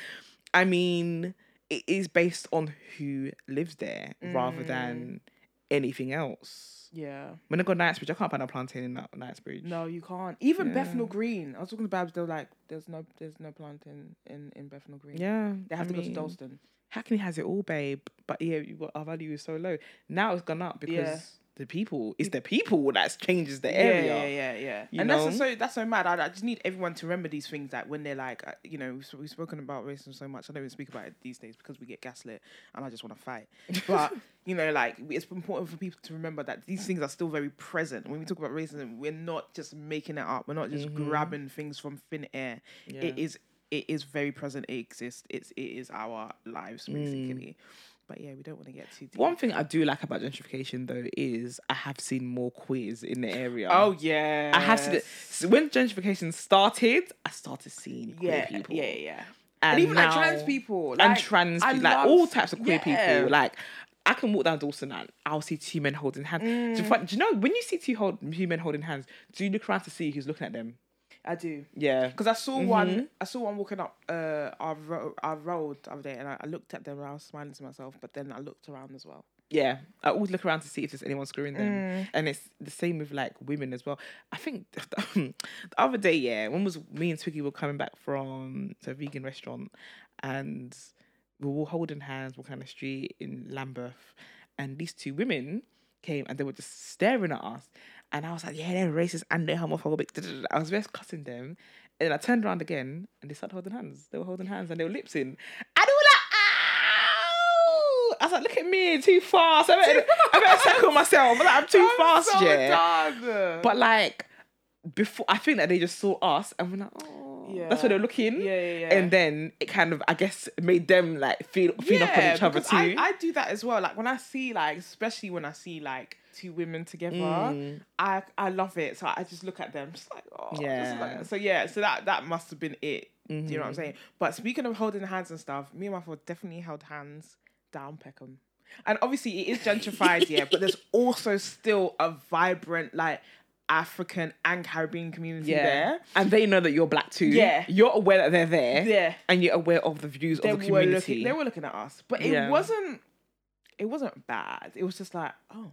Speaker 1: I mean, it is based on who lives there rather than anything else.
Speaker 2: Yeah.
Speaker 1: When I go to Knightsbridge, I can't find a plantain in Kn- Knightsbridge.
Speaker 2: No, you can't. Even Bethnal Green. I was talking to Babs. They're like, there's no, there's no plant in in, in Bethnal Green.
Speaker 1: Yeah.
Speaker 2: They have
Speaker 1: I
Speaker 2: to
Speaker 1: mean,
Speaker 2: go to Dalston.
Speaker 1: Hackney has it all, babe. But yeah, you got, our value is so low. Now it's gone up because
Speaker 2: Yeah.
Speaker 1: the people, it's the people that changes the
Speaker 2: Yeah,
Speaker 1: area.
Speaker 2: yeah, yeah, yeah.
Speaker 1: You
Speaker 2: and that's
Speaker 1: know?
Speaker 2: so that's so mad. I, I just need everyone to remember these things that when they're like, uh, you know, we've, sp- we've spoken about racism so much. I don't even speak about it these days because we get gaslit, and I just want to fight. But you know, like it's important for people to remember that these things are still very present. When we talk about racism, we're not just making it up. We're not just
Speaker 1: Mm-hmm.
Speaker 2: grabbing things from thin air. It is. It is very present. It exists. It's it is our lives basically. But yeah, we don't want to get too deep.
Speaker 1: Mm. One thing I do like about gentrification though is I have seen more queers in the area.
Speaker 2: Oh yeah,
Speaker 1: I have seen it. So when gentrification started, I started seeing
Speaker 2: Yeah,
Speaker 1: queer people.
Speaker 2: yeah, yeah.
Speaker 1: And,
Speaker 2: and even like trans
Speaker 1: now-
Speaker 2: people
Speaker 1: and
Speaker 2: like,
Speaker 1: trans
Speaker 2: I
Speaker 1: people, like
Speaker 2: love-
Speaker 1: all types of queer
Speaker 2: yeah.
Speaker 1: people. Like I can walk down Dawson and I'll see two men holding hands.
Speaker 2: Mm.
Speaker 1: Do, you find, do you know when you see two, hold, two men holding hands? Do you look around to see who's looking at them?
Speaker 2: I do Mm-hmm.
Speaker 1: Yeah,
Speaker 2: because I saw one. I saw one walking up uh, our ro- our road the other day, and I, I looked at them and I was smiling to myself, but then I looked around as well.
Speaker 1: yeah. I always look around to see if there's anyone screwing them, and it's the same with like women as well. I think the other day, yeah, when was me and Twiggy were coming back from a vegan restaurant, and we were holding hands, walking down the street in Lambeth, and these two women came and they were just staring at us. And I was like, yeah, they're racist and they're homophobic. da, da, da, da. I was just cussing them. And then I turned around again and they started holding hands. They were holding hands and they were lips in. And they were "Ah!" like, ow! I was like, look at me, too fast. I better, I better tackle myself. I'm, like, I'm too fast,
Speaker 2: so
Speaker 1: yeah.
Speaker 2: done.
Speaker 1: But like, before, I think that they just saw us and we're like, oh, that's where they're
Speaker 2: Yeah.
Speaker 1: looking.
Speaker 2: Yeah, yeah, yeah.
Speaker 1: And then it kind of, I guess, made them like feel, feel up on each other
Speaker 2: because I,
Speaker 1: too.
Speaker 2: I do that as well. Like when I see like, especially when I see like two women together,
Speaker 1: Mm.
Speaker 2: I I love it. So I just look at them, just like oh, just
Speaker 1: Yeah. Mm-hmm.
Speaker 2: like- so yeah, so that that must have been it. Do you know what I'm saying? But speaking of holding hands and stuff, me and my father definitely held hands down Peckham. And obviously it is gentrified, yeah, but there's also still a vibrant like African and Caribbean community there.
Speaker 1: And they know that you're black too.
Speaker 2: Yeah.
Speaker 1: You're aware that they're there.
Speaker 2: Yeah.
Speaker 1: And you're aware of the views
Speaker 2: they
Speaker 1: of the
Speaker 2: were looking
Speaker 1: community.
Speaker 2: they were looking at us but it
Speaker 1: Yeah.
Speaker 2: wasn't it wasn't bad it was just like oh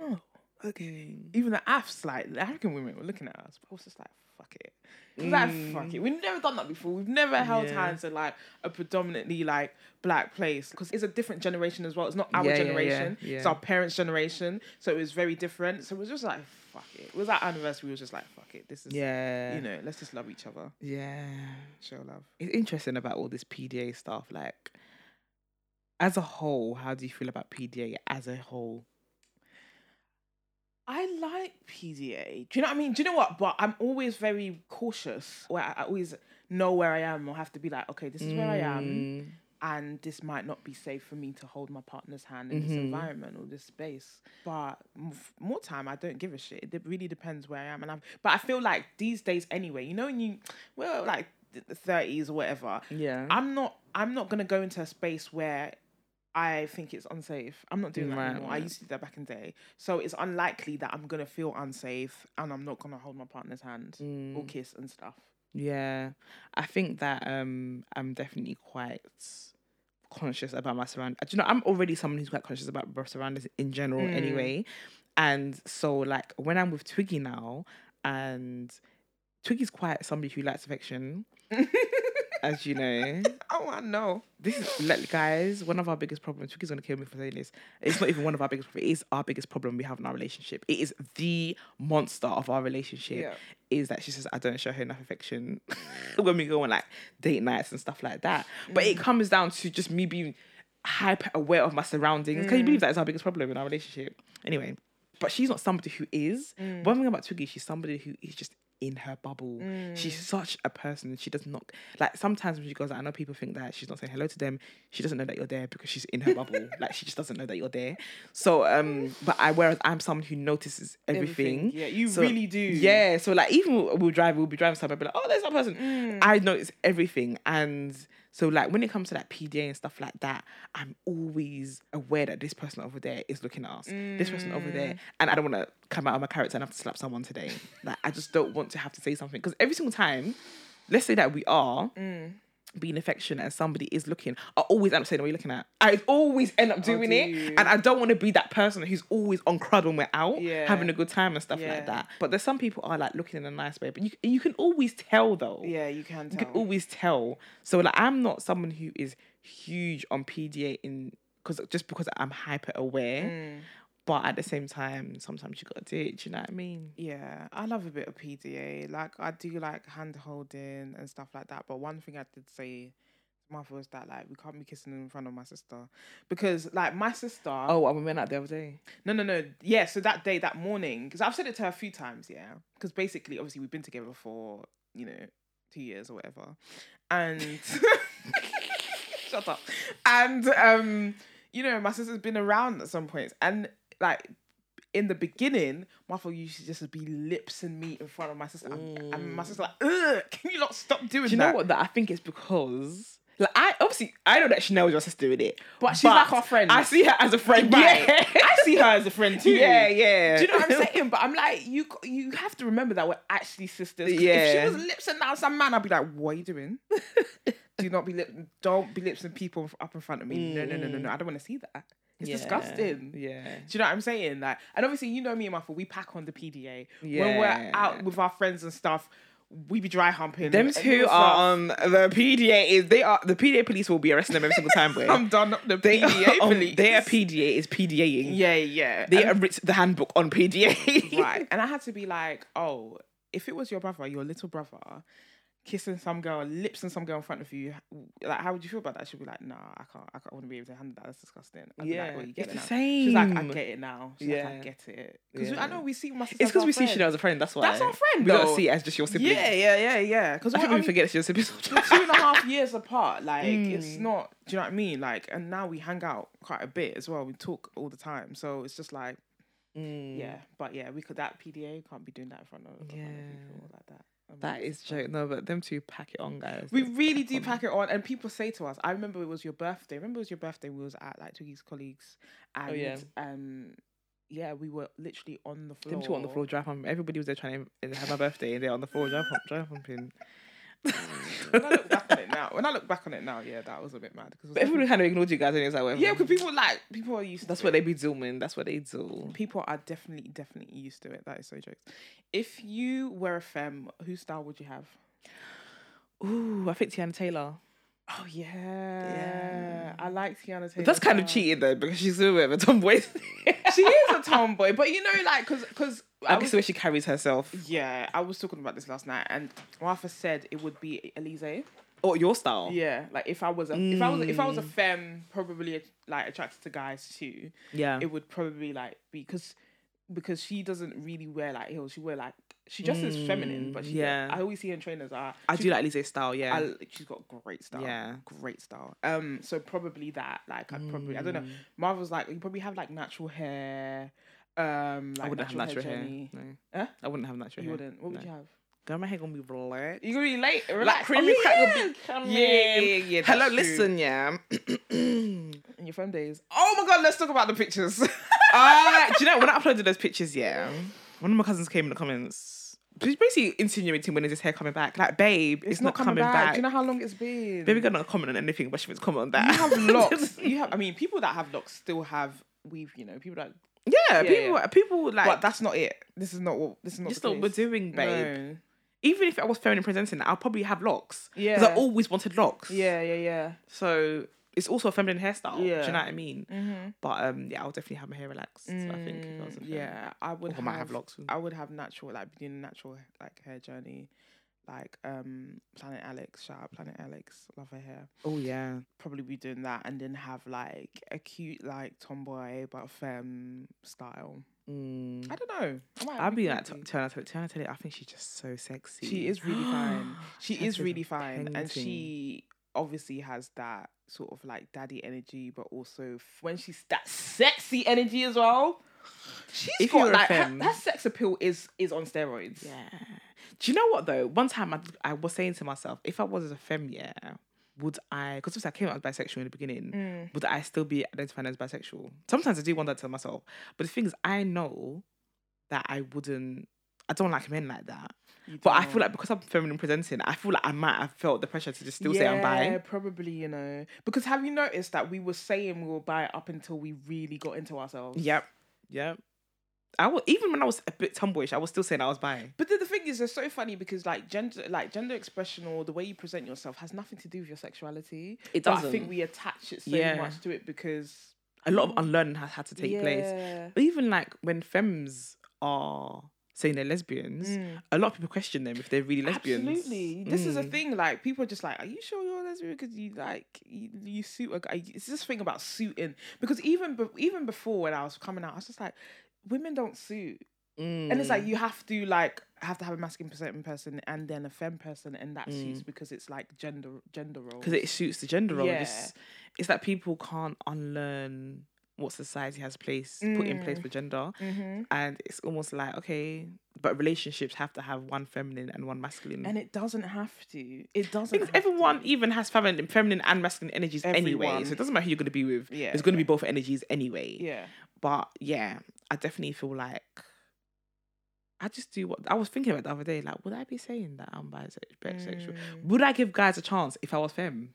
Speaker 2: oh
Speaker 1: okay.
Speaker 2: even the afs like the african women were looking at us but i was just like fuck it It was like fuck it we've never done that before we've never held
Speaker 1: Mm. Yeah.
Speaker 2: hands in like a predominantly like black place because it's a different generation as well it's not our
Speaker 1: Yeah, yeah, yeah,
Speaker 2: generation it's
Speaker 1: yeah.
Speaker 2: our parents generation so it was very different so it was just like fuck it it was our anniversary we was just like fuck it this is
Speaker 1: Yeah.
Speaker 2: you know let's just love each other
Speaker 1: Yeah.
Speaker 2: show love
Speaker 1: It's interesting about all this PDA stuff. Like, as a whole, how do you feel about PDA as a whole?
Speaker 2: I like PDA. Do you know what I mean? Do you know what? But I'm always very cautious. Where I I always know where I am, or have to be like, okay, this is where I am,
Speaker 1: Mm,
Speaker 2: and this might not be safe for me to hold my partner's hand in this
Speaker 1: Mhm.
Speaker 2: environment or this space. But m- f- more time, I don't give a shit. It de- really depends where I am, and I'm. But I feel like these days, anyway, you know, when you well, like th- the 30s or whatever,
Speaker 1: yeah.
Speaker 2: I'm not I'm not gonna go into a space where I think it's unsafe. I'm not doing that
Speaker 1: Right,
Speaker 2: anymore. I
Speaker 1: right.
Speaker 2: used to do that back in the day. So it's unlikely that I'm gonna feel unsafe and I'm not gonna hold my partner's hand or kiss and stuff.
Speaker 1: Yeah, I think that um I'm definitely quite conscious about my surroundings. Do you know I'm already someone who's quite conscious about my surroundings in general anyway. And so like when I'm with Twiggy now and Twiggy's quite somebody who likes affection. as you know.
Speaker 2: Oh, I know.
Speaker 1: This is, like, guys, one of our biggest problems. Vicky's gonna kill me for saying this. It's not even one of our biggest. It is our biggest problem we have in our relationship. It is the monster of our relationship.
Speaker 2: Yeah.
Speaker 1: Is that she says I don't show her enough affection when we go on like date nights and stuff like that. But it comes down to just me being hyper aware of my surroundings. Can you believe that is our biggest problem in our relationship? Anyway, but she's not somebody who is.
Speaker 2: Mm.
Speaker 1: One thing about Twiggy, she's somebody who is just in her bubble.
Speaker 2: Mm.
Speaker 1: She's such a person. She does not like sometimes when she goes, I know people think that she's not saying hello to them. She doesn't know that you're there because she's in her bubble. Like she just doesn't know that you're there. So um but I whereas I'm someone who notices everything.
Speaker 2: Everything. Yeah, you
Speaker 1: So-
Speaker 2: really do.
Speaker 1: Yeah. So like even we'll, we'll drive, we'll be driving somewhere, be like, oh there's that person.
Speaker 2: Mm.
Speaker 1: I notice everything. And so like when it comes to like PDA and stuff like that, I'm always aware that this person over there is looking at us. This person over
Speaker 2: Mm.
Speaker 1: there. And I don't want to come out of my character and have to slap someone today. like I just don't want to have to say something. Because every single time, let's say that we are
Speaker 2: Mm.
Speaker 1: being affectionate and somebody is looking, I always end up saying, What are you looking at? I always end up doing
Speaker 2: do
Speaker 1: it.
Speaker 2: you?
Speaker 1: And I don't want to be that person who's always on crud when we're out,
Speaker 2: Yeah.
Speaker 1: having a good time and stuff
Speaker 2: Yeah.
Speaker 1: like that. But there's some people are like looking in a nice way, but you you can always tell though.
Speaker 2: Yeah, you can
Speaker 1: You can
Speaker 2: tell.
Speaker 1: always tell. So like I'm not someone who is huge on PDA in because just because I'm hyper aware. But at the same time, sometimes you gotta do it, do you know what I mean?
Speaker 2: Yeah, I love a bit of PDA. Like I do like hand holding and stuff like that. But one thing I did say to Martha was that like we can't be kissing in front of my sister because like my sister.
Speaker 1: Oh, and we went out the other day.
Speaker 2: No, no, no. Yeah, so that day, that morning, because I've said it to her a few times, yeah. Because basically, obviously, we've been together for, you know, two years or whatever. And shut up. And, um, you know, my sister's been around at some points. And, like, in the beginning, Martha used to just be lips and me in front of my sister. And- And my sister's like, ugh, can you not stop doing
Speaker 1: Do you
Speaker 2: that?
Speaker 1: know what? That I think it's because. Like I obviously I know that Chanel was just doing it, but
Speaker 2: she's like our friend.
Speaker 1: I see her as a friend.
Speaker 2: Right.
Speaker 1: Yeah,
Speaker 2: I see her as a friend too.
Speaker 1: Yeah, yeah.
Speaker 2: Do you know what I'm saying? But I'm like, you you have to remember that we're actually sisters. 'Cause If
Speaker 1: Yeah.
Speaker 2: she was lips and now some man, I'd be like, what are you doing? Do not be lip, don't be lips and people up in front of me. No, no, no, no, no. I don't want to see that. It's
Speaker 1: Yeah.
Speaker 2: disgusting.
Speaker 1: Yeah.
Speaker 2: Do you know what I'm saying? Like, and obviously, you know me and Martha, we pack on the PDA. When we're
Speaker 1: Yeah.
Speaker 2: out with our friends and stuff, we be dry humping.
Speaker 1: Them
Speaker 2: and
Speaker 1: two
Speaker 2: all
Speaker 1: are on the PDA is they are the PDA police will be arresting them every single time.
Speaker 2: stuff.
Speaker 1: Boy.
Speaker 2: I'm done up the
Speaker 1: they
Speaker 2: PDA
Speaker 1: are on-
Speaker 2: police.
Speaker 1: their PDA is PDAing.
Speaker 2: yeah, yeah.
Speaker 1: They have written the handbook on PDA.
Speaker 2: right. And I had to be like, oh, if it was your brother, your little brother, kissing some girl, lips and some girl in front of you, like, how would you feel about that? She'd be like, nah, I can't, I, can't, I wouldn't be able to handle that. That's disgusting. I'd be like,
Speaker 1: Yeah.
Speaker 2: well, you
Speaker 1: It's
Speaker 2: get it
Speaker 1: the
Speaker 2: now. She's like, I
Speaker 1: same.
Speaker 2: get it now. She's like, I
Speaker 1: Yeah.
Speaker 2: get it. Because
Speaker 1: Yeah.
Speaker 2: I know we see my sister.
Speaker 1: It's because we see
Speaker 2: friend.
Speaker 1: Chanel as a friend. That's why.
Speaker 2: That's our friend,
Speaker 1: We
Speaker 2: though.
Speaker 1: gotta see it as just your sibling.
Speaker 2: Yeah, yeah, yeah, yeah. Because
Speaker 1: I
Speaker 2: we're
Speaker 1: think we
Speaker 2: only
Speaker 1: forget it's your sibling.
Speaker 2: two and a half years apart. Like, it's
Speaker 1: Hmm.
Speaker 2: not, do you know what I mean? Like, and now we hang out quite a bit as well. We talk all the time. So it's just like,
Speaker 1: Mm.
Speaker 2: yeah, but yeah, we could that PDA can't be doing that in front of, in front of
Speaker 1: Yeah.
Speaker 2: people like that. I mean,
Speaker 1: That is joke. No, but them two pack it on, guys.
Speaker 2: we really do pack it on, and people say to us, "I remember it was your birthday. Remember it was your birthday. We was at like Twiggy's colleagues, and
Speaker 1: Oh, yeah.
Speaker 2: um, yeah, we were literally on the floor.
Speaker 1: Them two on the floor dry humping. Everybody was there trying to uh, have my birthday and they're on the floor dry hump, dry humping.
Speaker 2: When I look back on it now, when I look back on it now, yeah, that was a bit mad because
Speaker 1: But everybody kind of ignored you guys and it was like, whatever.
Speaker 2: yeah, because people like people are used.
Speaker 1: That's
Speaker 2: to
Speaker 1: what they
Speaker 2: it.
Speaker 1: be doing. That's what they do.
Speaker 2: people are definitely definitely used to it. That is so jokes. If you were a femme, whose style would you have?
Speaker 1: Ooh, I think Tiana Taylor.
Speaker 2: Oh yeah, I like Tiana Taylor.
Speaker 1: That's kind of cheating though because she's a bit of a tomboy.
Speaker 2: she is a tomboy, but you know, like, cause, cause I
Speaker 1: I guess
Speaker 2: was,
Speaker 1: the way she carries herself.
Speaker 2: yeah, I was talking about this last night, and Martha said it would be Elise.
Speaker 1: Or Oh, your style.
Speaker 2: Yeah, Mm. like if I was a, if I was, if I was a femme, probably like attracted to guys too.
Speaker 1: Yeah.
Speaker 2: It would probably like be because because she doesn't really wear like heels. She wear like she just is feminine, but she,
Speaker 1: yeah.
Speaker 2: I always see her in trainers. I
Speaker 1: I do like Lise's style, yeah.
Speaker 2: I, she's got great style.
Speaker 1: Yeah.
Speaker 2: great style. Um, so probably that. Like, I probably I don't know. Marvel's like you probably have like natural hair. Um, like
Speaker 1: I wouldn't have natural hair.
Speaker 2: journey.
Speaker 1: No.
Speaker 2: Huh?
Speaker 1: I wouldn't have natural
Speaker 2: You
Speaker 1: hair.
Speaker 2: wouldn't. What would you have?
Speaker 1: Girl, my hair gonna be black.
Speaker 2: You're gonna be late.
Speaker 1: Like
Speaker 2: Relax.
Speaker 1: creamy
Speaker 2: oh,
Speaker 1: crack
Speaker 2: yeah.
Speaker 1: will be coming.
Speaker 2: Yeah, yeah, yeah, yeah,
Speaker 1: Hello,
Speaker 2: that's true.
Speaker 1: listen, yeah.
Speaker 2: in your phone days. Oh my god, let's talk about the pictures.
Speaker 1: uh, do you know when I uploaded those pictures? Yeah, one of my cousins came in the comments. She's basically insinuating when is his hair coming back? Like, babe, it's, not, coming, back.
Speaker 2: Do you know how long it's been?
Speaker 1: Baby girl not comment on anything, but she was comment on that.
Speaker 2: you have locks. You have. I mean, people that have locks still have weave. You know, people that.
Speaker 1: yeah,
Speaker 2: yeah.
Speaker 1: people, people like
Speaker 2: But that's not it. This is not what. This is not.
Speaker 1: you
Speaker 2: the
Speaker 1: still
Speaker 2: case.
Speaker 1: we're doing, babe.
Speaker 2: No.
Speaker 1: Even if I was failing in presenting, I'll probably have locks. Because
Speaker 2: Yeah.
Speaker 1: I always wanted locks.
Speaker 2: Yeah, yeah, yeah.
Speaker 1: So it's also a feminine hairstyle. Do
Speaker 2: Yeah.
Speaker 1: you know what I mean?
Speaker 2: Mm-hmm.
Speaker 1: But um, yeah, I'll definitely have my hair relaxed. I think. If I was a fem.
Speaker 2: yeah, I
Speaker 1: Or
Speaker 2: would.
Speaker 1: I
Speaker 2: Have,
Speaker 1: might have locks.
Speaker 2: I would have natural, like doing a natural like hair journey, like um Planet Alex. Shout out Planet Alex, love her hair.
Speaker 1: Oh yeah.
Speaker 2: Probably be doing that, and then have like a cute like tomboy but femme style.
Speaker 1: Mm.
Speaker 2: I don't know. I might
Speaker 1: I'd be like
Speaker 2: crazy.
Speaker 1: t- Turner Taylor. Turner Taylor. I think she's just so sexy.
Speaker 2: She is really fine. She
Speaker 1: Turner
Speaker 2: is
Speaker 1: Taylor's
Speaker 2: really fine, and
Speaker 1: painting.
Speaker 2: she obviously has that sort of like daddy energy, but also f- when she's that sexy energy as well. She's
Speaker 1: If
Speaker 2: got
Speaker 1: you're a
Speaker 2: like her,
Speaker 1: femme-
Speaker 2: her sex appeal is is on steroids.
Speaker 1: Yeah. Do you know what though? One time I, I was saying to myself, if I was a femme, yeah, would I? Because I came out as bisexual in the beginning.
Speaker 2: Mm.
Speaker 1: Would I still be identifying as bisexual? Sometimes I do wonder to myself. But the thing is, I know that I wouldn't. I don't like men like that.
Speaker 2: You
Speaker 1: But I feel
Speaker 2: don't.
Speaker 1: like because I'm feminine presenting, I feel like I might have felt the pressure to just still say I'm
Speaker 2: Yeah,
Speaker 1: bi.
Speaker 2: probably you know because have you noticed that we were saying we were bi up until we really got into ourselves.
Speaker 1: Yep. Yep. I will, even when I was a bit tomboyish, I was still saying I was bi.
Speaker 2: But then the thing is, it's so funny because like gender, like gender expression or the way you present yourself has nothing to do with your sexuality.
Speaker 1: It
Speaker 2: But I
Speaker 1: doesn't.
Speaker 2: think we attach it so
Speaker 1: Yeah.
Speaker 2: much to it because
Speaker 1: A lot of unlearning has had to take place.
Speaker 2: Yeah.
Speaker 1: But even like when femmes are saying they're lesbians, a lot of people question them if they're really lesbians.
Speaker 2: Mm. Absolutely, this is a
Speaker 1: Mm.
Speaker 2: thing. Like people are just like, "Are you sure you're a lesbian? Because you like you, you suit a guy." It's this thing about suiting. Because even be- even before when I was coming out, I was just like, "Women don't suit," and it's like
Speaker 1: Mm.
Speaker 2: you have to like have to have a masculine presenting person and then a femme person, and that suits because it's like gender gender roles.
Speaker 1: Mm. because it suits the gender role.
Speaker 2: Yeah.
Speaker 1: It's, it's that people can't unlearn what society has placed put in
Speaker 2: Mm.
Speaker 1: place for gender,
Speaker 2: Mm-hmm.
Speaker 1: and it's almost like okay, but relationships have to have one feminine and one masculine.
Speaker 2: and it doesn't have to. It doesn't.
Speaker 1: because
Speaker 2: have
Speaker 1: everyone
Speaker 2: e-,
Speaker 1: even has feminine, feminine and masculine energies anyway,
Speaker 2: Everyone.
Speaker 1: so it doesn't matter who you're going to be with.
Speaker 2: Yeah,
Speaker 1: There's going to be both energies anyway.
Speaker 2: To. Yeah.
Speaker 1: But yeah, I definitely feel like I just do what I was thinking about the other day. Like, would I be saying that I'm bisex- bisexual?
Speaker 2: Mm.
Speaker 1: Would I give guys a chance if I was femme?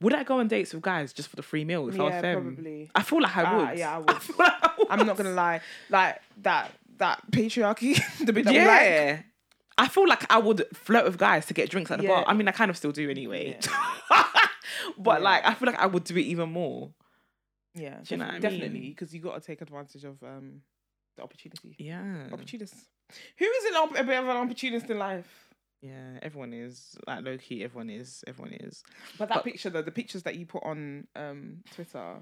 Speaker 1: Would I go on dates with guys just for the free meal if I was
Speaker 2: Yeah,
Speaker 1: femme?
Speaker 2: probably.
Speaker 1: I feel like I
Speaker 2: Ah,
Speaker 1: would.
Speaker 2: yeah, I
Speaker 1: I
Speaker 2: would.
Speaker 1: feel like I would.
Speaker 2: I'm not gonna lie. Like that that patriarchy, the bit that we like.
Speaker 1: Yeah. I feel like I would flirt with guys to get drinks at the
Speaker 2: Yeah.
Speaker 1: bar. I mean, I kind of still do anyway. but
Speaker 2: Yeah.
Speaker 1: like, I feel like I would do it even more.
Speaker 2: Yeah,
Speaker 1: Do you know what I mean?
Speaker 2: definitely, because you got to take advantage of um the opportunity.
Speaker 1: Yeah.
Speaker 2: Opportunist. Who isn't op- a bit of an opportunist in life?
Speaker 1: Yeah, everyone is. Like, low key, everyone is. Everyone is.
Speaker 2: But that
Speaker 1: But-
Speaker 2: picture, though, the pictures that you put on um Twitter,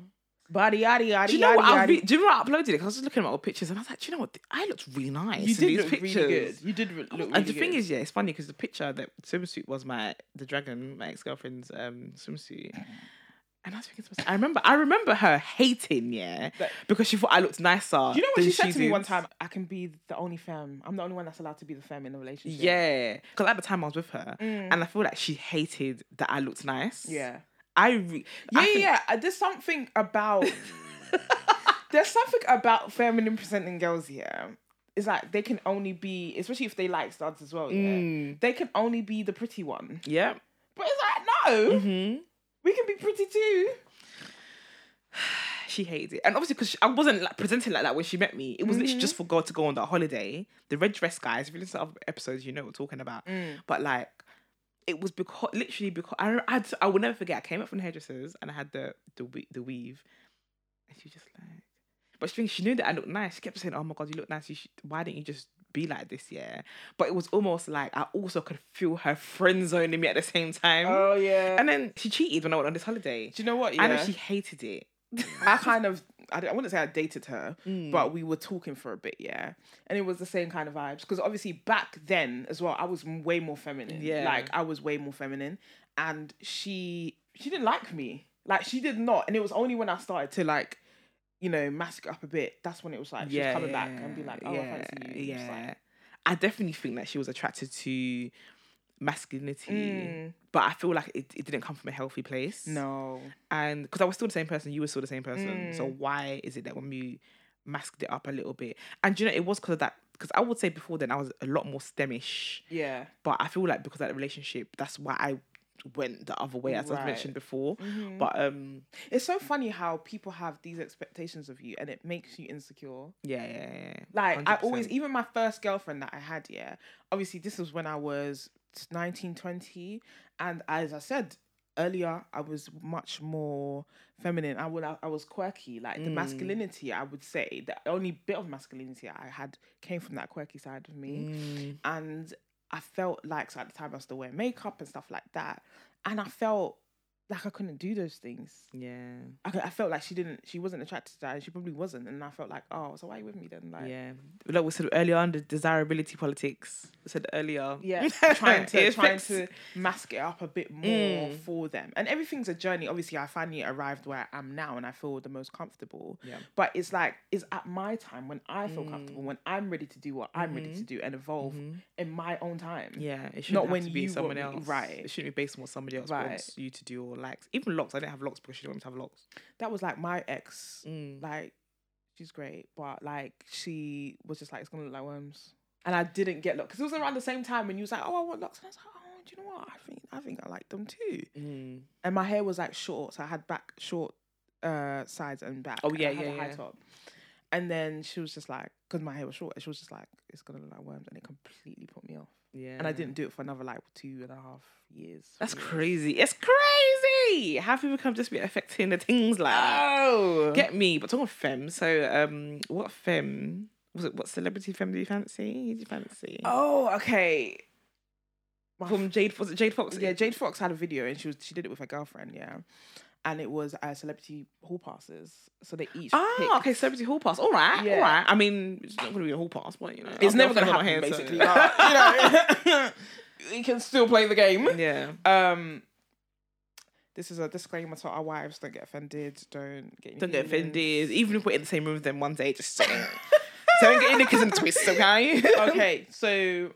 Speaker 2: body, yaddy, yaddy,
Speaker 1: Do you know what? I
Speaker 2: yaddy,
Speaker 1: was re- do you know what I uploaded it? 'Cause I was just looking at my old pictures and I was like, do you know what? I looked really nice.
Speaker 2: You
Speaker 1: in
Speaker 2: did
Speaker 1: these
Speaker 2: look
Speaker 1: pictures.
Speaker 2: really good. You did re- look
Speaker 1: I was-
Speaker 2: really
Speaker 1: and the
Speaker 2: good.
Speaker 1: thing is, yeah, it's funny because the picture that swimsuit was my the dragon, my ex girlfriend's um, swimsuit, and I was thinking, to myself- I remember, I remember her hating, yeah,
Speaker 2: That-
Speaker 1: because she thought I looked nicer.
Speaker 2: you know what
Speaker 1: than
Speaker 2: she said to me
Speaker 1: did.
Speaker 2: one time? I can be the only femme. I'm the only one that's allowed to be the femme in a relationship.
Speaker 1: Yeah, because at the time I was with her, and I feel like she hated that I looked nice.
Speaker 2: Mm. yeah.
Speaker 1: I re-
Speaker 2: Yeah,
Speaker 1: I
Speaker 2: yeah,
Speaker 1: think-
Speaker 2: yeah. Uh, There's something about there's something about feminine presenting girls here. It's like they can only be, especially if they like studs as well. Yeah,
Speaker 1: Mm.
Speaker 2: they can only be the pretty one.
Speaker 1: yeah.
Speaker 2: But it's like no,
Speaker 1: Mhm.
Speaker 2: we can be pretty too.
Speaker 1: she hated it. And obviously, because I wasn't like presenting like that when she met me, it was
Speaker 2: Mm-hmm.
Speaker 1: literally just for God to go on that holiday. The red dress guys, if you listen to other episodes, you know what we're talking about.
Speaker 2: Mm.
Speaker 1: But like, it was because literally because I, I, I will never forget. I came up from the hairdressers and I had the the we- the weave, and she was just like, but she thinks- she knew that I looked nice. She kept saying, "Oh my God, you look nice. You should, why didn't you just be like this?" Yeah, but it was almost like I also could feel her friend zoning me at the same time.
Speaker 2: Oh, yeah.
Speaker 1: And then she cheated when I went on this holiday.
Speaker 2: do you know what?
Speaker 1: I know
Speaker 2: Yeah,
Speaker 1: she hated it.
Speaker 2: I kind of. I, don't- I wouldn't say I dated her, but we were talking for a bit, yeah. And it was the same kind of vibes. Because obviously, back then as well, I was m- way more feminine.
Speaker 1: Yeah.
Speaker 2: Like, I was way more feminine. And she she didn't like me. Like, she did not. And it was only when I started to, like, you know, mask up a bit, that's when it was like, she was coming back and be like, oh, I fancy you. It's
Speaker 1: Yeah.
Speaker 2: like-
Speaker 1: I definitely think that she was attracted to masculinity, but I feel like it, it didn't come from a healthy place.
Speaker 2: Mm. no.
Speaker 1: And because I was still the same person, you were still the same person.
Speaker 2: Mm.
Speaker 1: So why is it that when we masked it up a little bit? And do you know, it was because of that. Because I would say before then, I was a lot more stemish,
Speaker 2: Yeah.
Speaker 1: but I feel like because of that relationship, that's why I went the other way, as
Speaker 2: Right.
Speaker 1: I've mentioned before.
Speaker 2: Mhm.
Speaker 1: But um,
Speaker 2: it's so funny how people have these expectations of you and it makes you insecure.
Speaker 1: yeah, yeah, yeah, yeah.
Speaker 2: Like I always,
Speaker 1: 100%.
Speaker 2: even my first girlfriend that I had, yeah. Obviously, this was when I was 19, 20. and as I said earlier, I was much more feminine. I would, I was quirky. Like the
Speaker 1: Mm.
Speaker 2: masculinity, I would say the only bit of masculinity I had came from that quirky side of me
Speaker 1: Mm,
Speaker 2: and I felt like so at the time I was still wearing makeup and stuff like that, and I felt like I couldn't do those things.
Speaker 1: yeah,
Speaker 2: I, cou- I felt like she didn't, she wasn't attracted to that, and she probably wasn't, and I felt like, oh, so why are you with me then? Like,
Speaker 1: yeah. Like we said earlier on, the desirability politics. We said earlier,
Speaker 2: yeah, trying to
Speaker 1: It
Speaker 2: trying
Speaker 1: affects-
Speaker 2: to mask it up a bit more
Speaker 1: Mm.
Speaker 2: for them, and everything's a journey. Obviously, I finally arrived where I am now, and I feel the most comfortable.
Speaker 1: Yeah.
Speaker 2: But it's like it's at my time when I
Speaker 1: Mm.
Speaker 2: feel comfortable, when I'm ready to do what I'm ready to do and evolve in my own time.
Speaker 1: Mm-hmm. Yeah, it shouldn't have
Speaker 2: when
Speaker 1: to be
Speaker 2: you
Speaker 1: someone
Speaker 2: want me-
Speaker 1: else.
Speaker 2: right.
Speaker 1: It shouldn't be based on what somebody else
Speaker 2: Right.
Speaker 1: wants you to do or likes. Even locks. I didn't have locks because she didn't want me to have locks.
Speaker 2: That was like my ex
Speaker 1: Mm.
Speaker 2: like she's great, but like she was just like it's gonna look like worms. And I didn't get locks because it was around the same time when you was like, oh, I want locks, and I was like, oh, do you know what? I think I think I like them too.
Speaker 1: Mm.
Speaker 2: And my hair was like short, so I had back short uh sides and back.
Speaker 1: Oh,
Speaker 2: and
Speaker 1: yeah,
Speaker 2: I had
Speaker 1: yeah,
Speaker 2: a high
Speaker 1: yeah.
Speaker 2: top. And then she was just like, because my hair was short, and she was just like, it's gonna look like worms, and it completely put me off.
Speaker 1: Yeah.
Speaker 2: And I didn't do it for another like two and a half years.
Speaker 1: Mm. That's
Speaker 2: three years.
Speaker 1: crazy. It's crazy how people can just be affecting the things like that.
Speaker 2: Oh,
Speaker 1: Get me, but talking of femme. So, um, what femme was it? What celebrity femme do you fancy? Who Do you fancy?
Speaker 2: oh, okay. my
Speaker 1: From Jade, was it Jade Fox?
Speaker 2: Yeah, Jade Fox had a video and she was she did it with her girlfriend, yeah. And it was uh, celebrity hall passes. So they each picked-
Speaker 1: Ah, okay, celebrity hall pass. All right,
Speaker 2: Yeah.
Speaker 1: all right. I mean, it's not gonna be a hall pass, but you know,
Speaker 2: It's
Speaker 1: our
Speaker 2: never gonna
Speaker 1: girlfriends are not
Speaker 2: happen
Speaker 1: here, so-
Speaker 2: basically. but, you know you can still play the game.
Speaker 1: yeah.
Speaker 2: Um this is a disclaimer to our wives, don't get offended, don't get any
Speaker 1: Don't get
Speaker 2: feelings.
Speaker 1: offended. Even if we're in the same room with them one day, just don't, don't get your knickers and twists, okay?
Speaker 2: okay, so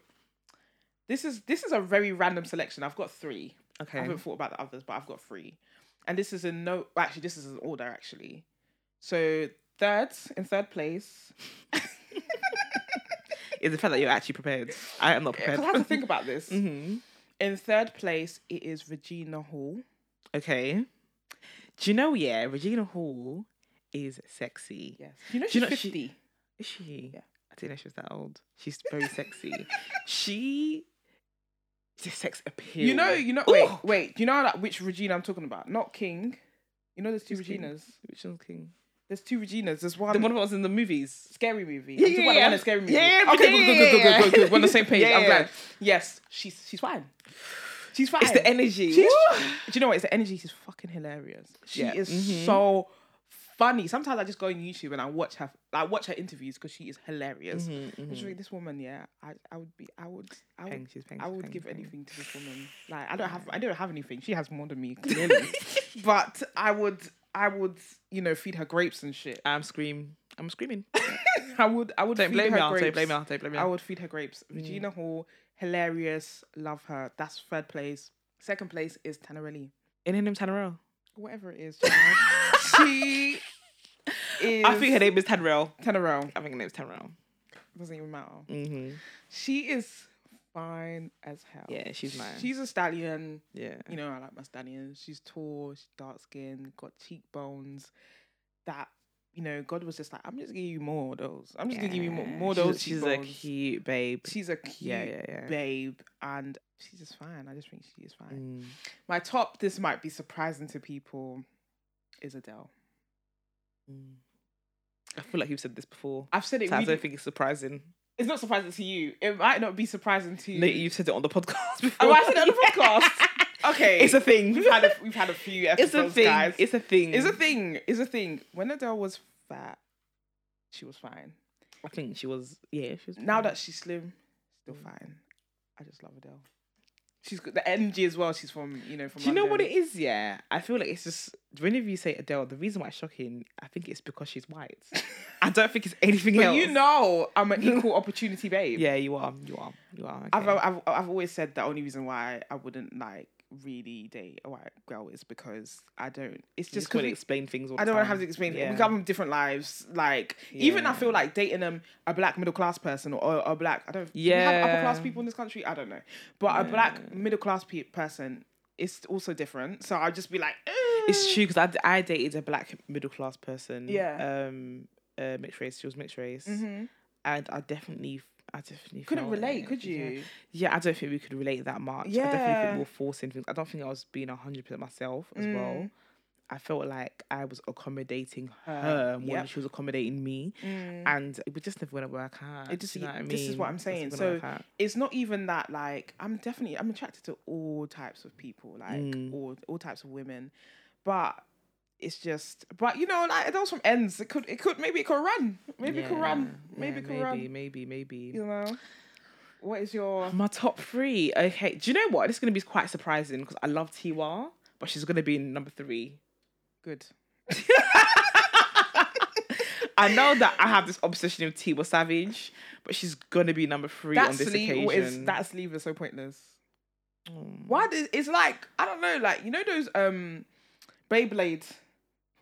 Speaker 2: this is this is a very random selection. I've got three. I
Speaker 1: Okay.
Speaker 2: haven't thought about the others, but I've got three. And this is a no. Actually, this is an order actually. So third in third place.
Speaker 1: Is the fact that you're actually prepared. I am not
Speaker 2: Because
Speaker 1: prepared.
Speaker 2: I had to think about this.
Speaker 1: hmm
Speaker 2: In third place, it is Regina Hall.
Speaker 1: Okay. Do you know, yeah, Regina Hall is sexy.
Speaker 2: Yes. You know
Speaker 1: Do
Speaker 2: she's
Speaker 1: you know she-
Speaker 2: fifty.
Speaker 1: Is she?
Speaker 2: Yeah.
Speaker 1: I didn't know she was that old. She's very sexy. She. The sex appeal.
Speaker 2: you know. You know. Wait. Wait. Do you know that which Regina I'm talking about? Not King. You know, there's two
Speaker 1: Who's King?
Speaker 2: Reginas.
Speaker 1: Which one's King?
Speaker 2: There's two Reginas. There's one.
Speaker 1: The one of us in the movies.
Speaker 2: scary movie.
Speaker 1: Yeah,
Speaker 2: I'm talking
Speaker 1: yeah,
Speaker 2: about the one
Speaker 1: yeah.
Speaker 2: that's scary movie.
Speaker 1: Yeah,
Speaker 2: Okay.
Speaker 1: yeah,
Speaker 2: Good. Good. Good. Good.
Speaker 1: yeah,
Speaker 2: Good. Good.
Speaker 1: yeah.
Speaker 2: good. We're on the same page. I'm
Speaker 1: Yeah.
Speaker 2: glad. Yes. She's she's fine. She's fine.
Speaker 1: It's the energy.
Speaker 2: She's,
Speaker 1: Woo!
Speaker 2: do you know what? It's the energy. She's fucking hilarious. Mm-hmm. She
Speaker 1: Yeah.
Speaker 2: is
Speaker 1: Mhm.
Speaker 2: so funny. Sometimes I just go on YouTube and I watch her. I watch her interviews because she is hilarious.
Speaker 1: Mhm,
Speaker 2: I'm just
Speaker 1: mhm.
Speaker 2: like, this woman, yeah, I, I would be, I would, I would,
Speaker 1: Peng, she's peng,
Speaker 2: I
Speaker 1: she's
Speaker 2: would
Speaker 1: peng,
Speaker 2: give
Speaker 1: peng.
Speaker 2: anything to this woman. Like, I don't have, I don't have anything. She has more than me, clearly. but I would, I would, you know, feed her grapes and shit.
Speaker 1: I'm scream. I'm screaming.
Speaker 2: I would, I would
Speaker 1: Don't
Speaker 2: feed
Speaker 1: blame
Speaker 2: her
Speaker 1: me. Don't
Speaker 2: grapes.
Speaker 1: blame me. Don't blame me.
Speaker 2: I would feed her grapes. Regina Hall, hilarious, love her. That's third place. Second place is Tannerelli.
Speaker 1: In him, Tannerell.
Speaker 2: whatever it is, child. she is.
Speaker 1: I think her name is Tannerell.
Speaker 2: Tenero.
Speaker 1: I think her name is Tannerell.
Speaker 2: Doesn't even matter.
Speaker 1: Mm-hmm.
Speaker 2: She is fine as hell.
Speaker 1: Yeah, she's mine.
Speaker 2: She's a stallion.
Speaker 1: Yeah.
Speaker 2: You know, I like my stallions. She's tall. She's dark skinned. Got cheekbones. That. You know, God was just like, I'm just giving you more of those. I'm just gonna give you more,
Speaker 1: Yeah.
Speaker 2: more of
Speaker 1: She's-
Speaker 2: those.
Speaker 1: She's a
Speaker 2: cheekbones.
Speaker 1: cute babe.
Speaker 2: She's a cute
Speaker 1: Yeah, yeah, yeah.
Speaker 2: babe, and she's just fine. I just think she is fine.
Speaker 1: Mm.
Speaker 2: My top. This might be surprising to people. Is Adele.
Speaker 1: Mm. I feel like you've said this before.
Speaker 2: I've said it.
Speaker 1: so I
Speaker 2: really-
Speaker 1: don't think it's surprising.
Speaker 2: it's not surprising to you. It might not be surprising to you.
Speaker 1: No, you've said it on the podcast before.
Speaker 2: oh, I said it on the podcast. Okay,
Speaker 1: It's a thing.
Speaker 2: we've had a, we've had a few episodes,
Speaker 1: it's a thing.
Speaker 2: guys.
Speaker 1: It's
Speaker 2: It's,
Speaker 1: a thing.
Speaker 2: a thing. It's a thing. When Adele was fat, she was fine.
Speaker 1: I think she was. Yeah, she was.
Speaker 2: Now that she's slim, still
Speaker 1: Mm.
Speaker 2: fine. I just love Adele. She's got the energy as well. She's from you know from.
Speaker 1: Do you know what it
Speaker 2: London.
Speaker 1: is? Yeah, I feel like it's just whenever you say Adele, the reason why it's shocking, I think it's because she's white. I don't think it's anything
Speaker 2: But
Speaker 1: else.
Speaker 2: you know, I'm an equal opportunity babe.
Speaker 1: Yeah, you are. You are. You are.
Speaker 2: I've,
Speaker 1: okay.
Speaker 2: I've I've always said the only reason why I wouldn't like really date a white girl is because I don't. It's
Speaker 1: You
Speaker 2: just
Speaker 1: just couldn't
Speaker 2: because
Speaker 1: explain things. All the
Speaker 2: I don't want
Speaker 1: time.
Speaker 2: to have to explain.
Speaker 1: Yeah.
Speaker 2: We come from different lives. Like even I
Speaker 1: Yeah.
Speaker 2: feel like dating um, a black middle class person or, or a black I don't do we have upper class
Speaker 1: Yeah.
Speaker 2: people in this country. I don't know, but a black middle class pe- person it's also different. So I'll just be like,
Speaker 1: It's true because I, d- I dated a black middle class person.
Speaker 2: Yeah.
Speaker 1: Um, uh, mixed race. She was mixed race,
Speaker 2: Mhm.
Speaker 1: and I definitely, I definitely
Speaker 2: Couldn't
Speaker 1: felt
Speaker 2: relate,
Speaker 1: it.
Speaker 2: could
Speaker 1: Yeah.
Speaker 2: you?
Speaker 1: Yeah, I don't think we could relate that much. I definitely
Speaker 2: Yeah.
Speaker 1: think we were forcing things. I don't think I was being hundred percent myself as well.
Speaker 2: Mm.
Speaker 1: I felt like I was accommodating
Speaker 2: Her,
Speaker 1: her more than
Speaker 2: yep.
Speaker 1: she was accommodating me,
Speaker 2: Mm.
Speaker 1: and it was just never gonna work out.
Speaker 2: It
Speaker 1: do
Speaker 2: just-
Speaker 1: you know what I mean?
Speaker 2: this is what I'm
Speaker 1: It's
Speaker 2: saying.
Speaker 1: never gonna
Speaker 2: So,
Speaker 1: work out.
Speaker 2: It's not even that like I'm definitely I'm attracted to all types of people, like
Speaker 1: Mm.
Speaker 2: all all types of women. But it's just but you know, like those from ends. It could it could maybe it could run. Maybe it could run.
Speaker 1: Yeah,
Speaker 2: Maybe it
Speaker 1: yeah,
Speaker 2: could
Speaker 1: maybe,
Speaker 2: run.
Speaker 1: maybe, maybe.
Speaker 2: You know? What is your
Speaker 1: My top three. Okay, do you know what? This is gonna be quite surprising because I love Tiwa, but she's gonna be in number three.
Speaker 2: good?
Speaker 1: I know that I have this obsession with Tiwa Savage, but she's gonna be number three on
Speaker 2: That's
Speaker 1: this
Speaker 2: leave is
Speaker 1: occasion.
Speaker 2: that's leave is so pointless.
Speaker 1: Mm.
Speaker 2: Why does it's like I don't know, like you know those um Beyblade.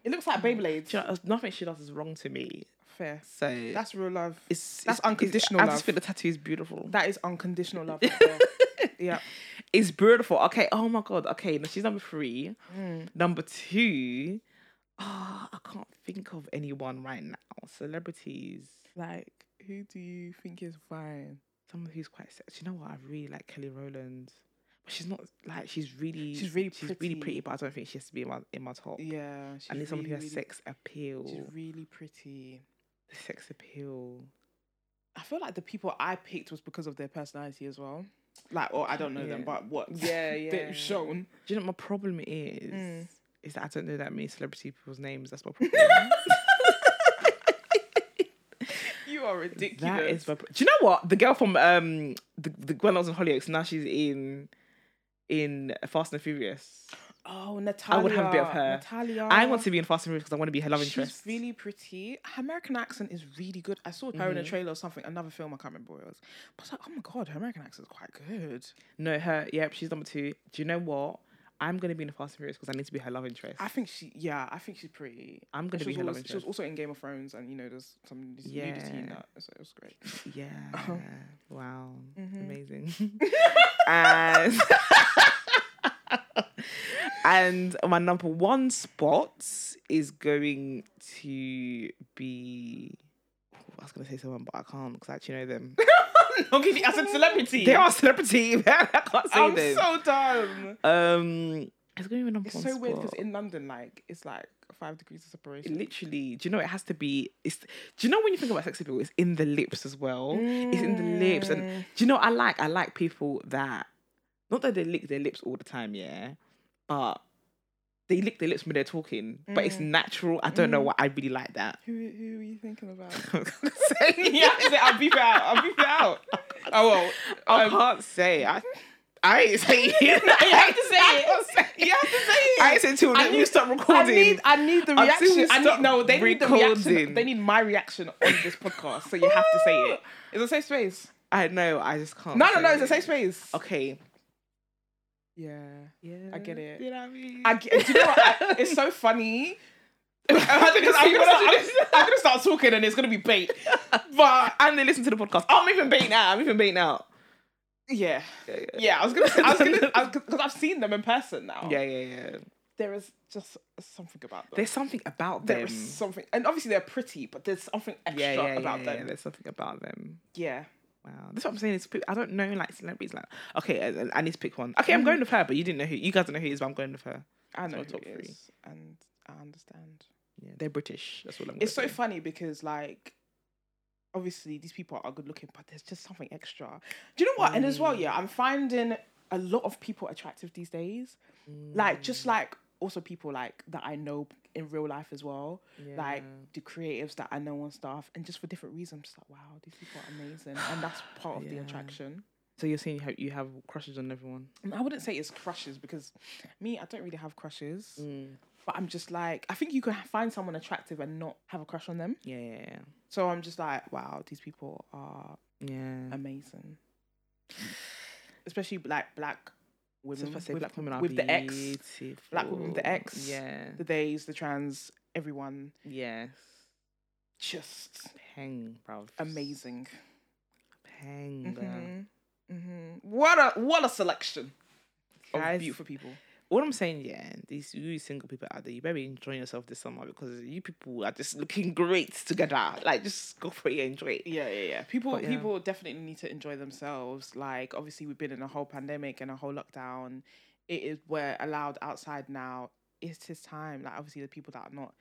Speaker 2: It looks like Beyblade.
Speaker 1: Do you know, there's nothing she does is wrong to me.
Speaker 2: Fair.
Speaker 1: So
Speaker 2: That's real love.
Speaker 1: it's
Speaker 2: that's
Speaker 1: it's-
Speaker 2: unconditional
Speaker 1: I just
Speaker 2: love.
Speaker 1: think the tattoo is beautiful.
Speaker 2: That is unconditional love. right there. yeah.
Speaker 1: It's beautiful. Okay. Oh my god. Okay. Now she's number three.
Speaker 2: Mm.
Speaker 1: Number two. Oh, I can't think of anyone right now. Celebrities.
Speaker 2: Like, who do you think is fine?
Speaker 1: Someone who's quite sexy. You know what? I really like Kelly Rowland. But she's not like she's really
Speaker 2: She's really
Speaker 1: she's really
Speaker 2: pretty.
Speaker 1: pretty, but I don't think she has to be in my in my top.
Speaker 2: Yeah, she's
Speaker 1: I need someone who has
Speaker 2: really-
Speaker 1: sex appeal.
Speaker 2: She's really pretty.
Speaker 1: Sex appeal.
Speaker 2: I feel like the people I picked was because of their personality as well. Like, or I don't know them,
Speaker 1: Yeah.
Speaker 2: but what
Speaker 1: Yeah, yeah.
Speaker 2: they've shown.
Speaker 1: Do you know what my problem is?
Speaker 2: Mm.
Speaker 1: Is that I don't know that many celebrity people's names. That's my problem.
Speaker 2: You are ridiculous.
Speaker 1: That is my. pro- Do you know what the girl from um the the girl that was in Hollyoaks now she's in in Fast and Furious.
Speaker 2: oh, Natalia.
Speaker 1: would have a bit of her.
Speaker 2: Natalia.
Speaker 1: I want to be in Fast and Furious because I want to be her love
Speaker 2: She's
Speaker 1: interest.
Speaker 2: really pretty. Her American accent is really good. I saw her
Speaker 1: Mm-hmm.
Speaker 2: in a trailer or something, another film. I can't remember what it was. But I was like, oh my god, her American accent is quite good.
Speaker 1: No, her. Yep, she's number two. Do you know what? I'm gonna be in Fast and Furious because I need to be her love interest.
Speaker 2: I think she, yeah, I think she's pretty.
Speaker 1: I'm gonna be
Speaker 2: she, was
Speaker 1: her love
Speaker 2: always, she was
Speaker 1: interest.
Speaker 2: also in Game of Thrones, and you know, there's some nudity in
Speaker 1: Yeah.
Speaker 2: that, so it was great.
Speaker 1: Yeah.
Speaker 2: Oh.
Speaker 1: Wow.
Speaker 2: Mhm.
Speaker 1: Amazing. and and my number one spot is going to be. I was gonna say someone, but I can't because I actually know them.
Speaker 2: okay, as a celebrity,
Speaker 1: they are a celebrity. man, I can't say
Speaker 2: I'm
Speaker 1: them.
Speaker 2: so dumb.
Speaker 1: um, it's going to be number
Speaker 2: It's
Speaker 1: one.
Speaker 2: so weird because
Speaker 1: spot.
Speaker 2: in London, like, it's like five degrees of
Speaker 1: It
Speaker 2: separation.
Speaker 1: literally, do you know it has to be? It's do you know when you think about sex appeal, it's in the lips as well. It's in the lips, and
Speaker 2: Mm.
Speaker 1: do you know what I like? I like people that not that they lick their lips all the time, yeah, but they lick their lips when they're talking. But it's natural. I don't know why I really like that.
Speaker 2: Mm. Who, who are you thinking about?
Speaker 1: I can't say.
Speaker 2: yeah, I'll beep it out. I'll beep it out. Oh well,
Speaker 1: I
Speaker 2: um,
Speaker 1: can't say. I I ain't saying. I
Speaker 2: have to say
Speaker 1: I
Speaker 2: it.
Speaker 1: can't say.
Speaker 2: You have to say it.
Speaker 1: I ain't saying till
Speaker 2: I
Speaker 1: you
Speaker 2: need-
Speaker 1: stop
Speaker 2: I
Speaker 1: recording.
Speaker 2: need, I need the
Speaker 1: Until
Speaker 2: reaction.
Speaker 1: we
Speaker 2: I
Speaker 1: stop
Speaker 2: need, no, they need the
Speaker 1: recording.
Speaker 2: reaction. They need my reaction on this podcast, so you have to say it. It's a safe space.
Speaker 1: I know. I just can't.
Speaker 2: No, no,
Speaker 1: say
Speaker 2: no, it's a
Speaker 1: it.
Speaker 2: safe space.
Speaker 1: Okay.
Speaker 2: Yeah.
Speaker 1: Yeah.
Speaker 2: I get it.
Speaker 1: You know what I mean?
Speaker 2: I, get- do you know what? I, it's so funny. I'm gonna, I'm gonna- I'm- I'm gonna start talking and it's gonna be bait. But
Speaker 1: and they listen to the podcast. Oh, I'm even baiting out. I'm even baiting out.
Speaker 2: yeah,
Speaker 1: Yeah,
Speaker 2: yeah. I was gonna say, I was gonna, because I've seen them in person now.
Speaker 1: yeah, yeah, yeah.
Speaker 2: There is just something about them.
Speaker 1: There's something about them.
Speaker 2: there is something, and obviously they're pretty, but there's something extra
Speaker 1: yeah, yeah,
Speaker 2: about
Speaker 1: yeah, yeah,
Speaker 2: them.
Speaker 1: There's something about them.
Speaker 2: Yeah.
Speaker 1: Wow, that's what I'm saying. Is pe- I don't know like celebrities like. Okay, I, I need to pick one. Okay,
Speaker 2: Mm.
Speaker 1: I'm going with her, but you didn't know who. You guys don't know who it is, but I'm going with her.
Speaker 2: I know
Speaker 1: my
Speaker 2: who
Speaker 1: top
Speaker 2: it
Speaker 1: three.
Speaker 2: is, and I understand.
Speaker 1: Yeah, they're British. That's what I'm.
Speaker 2: It's so
Speaker 1: gonna say.
Speaker 2: funny because like obviously these people are good looking, but there's just something extra. Do you know what? And as
Speaker 1: Mm.
Speaker 2: well, yeah, I'm finding a lot of people attractive these days. Like
Speaker 1: Mm.
Speaker 2: just like also people like that I know in real life as well. Like the creatives that I know and stuff, and just for different reasons, just like wow, these people are amazing, and that's part of the
Speaker 1: Yeah.
Speaker 2: attraction.
Speaker 1: So you're saying you have, you have crushes on everyone.
Speaker 2: And I wouldn't say it's crushes because me, I don't really have crushes, but I'm just like I think you can find someone attractive and not have a crush on them.
Speaker 1: Yeah, yeah,
Speaker 2: So I'm just like, wow, these people are
Speaker 1: yeah. yeah.
Speaker 2: Um, amazing. Especially like black
Speaker 1: So
Speaker 2: women.
Speaker 1: if I say
Speaker 2: with,
Speaker 1: black women are
Speaker 2: with the X,
Speaker 1: beautiful.
Speaker 2: black women with the X.
Speaker 1: Yeah.
Speaker 2: the days, the trans, everyone.
Speaker 1: Yes.
Speaker 2: Just
Speaker 1: Peng, bro.
Speaker 2: amazing.
Speaker 1: Peng. uh, Mm-hmm.
Speaker 2: hmm hmm What a what a selection of
Speaker 1: Guys,
Speaker 2: beautiful people.
Speaker 1: What I'm saying, yeah, these you single people out there, you better be enjoying yourself this summer because you people are just looking great together. Like, just go for it, and enjoy it.
Speaker 2: Yeah, yeah, yeah. People,
Speaker 1: But, yeah.
Speaker 2: people definitely need to enjoy themselves. Like, obviously, we've been in a whole pandemic and a whole lockdown. It is we're allowed outside now. It's his time. Like, obviously, the people that are not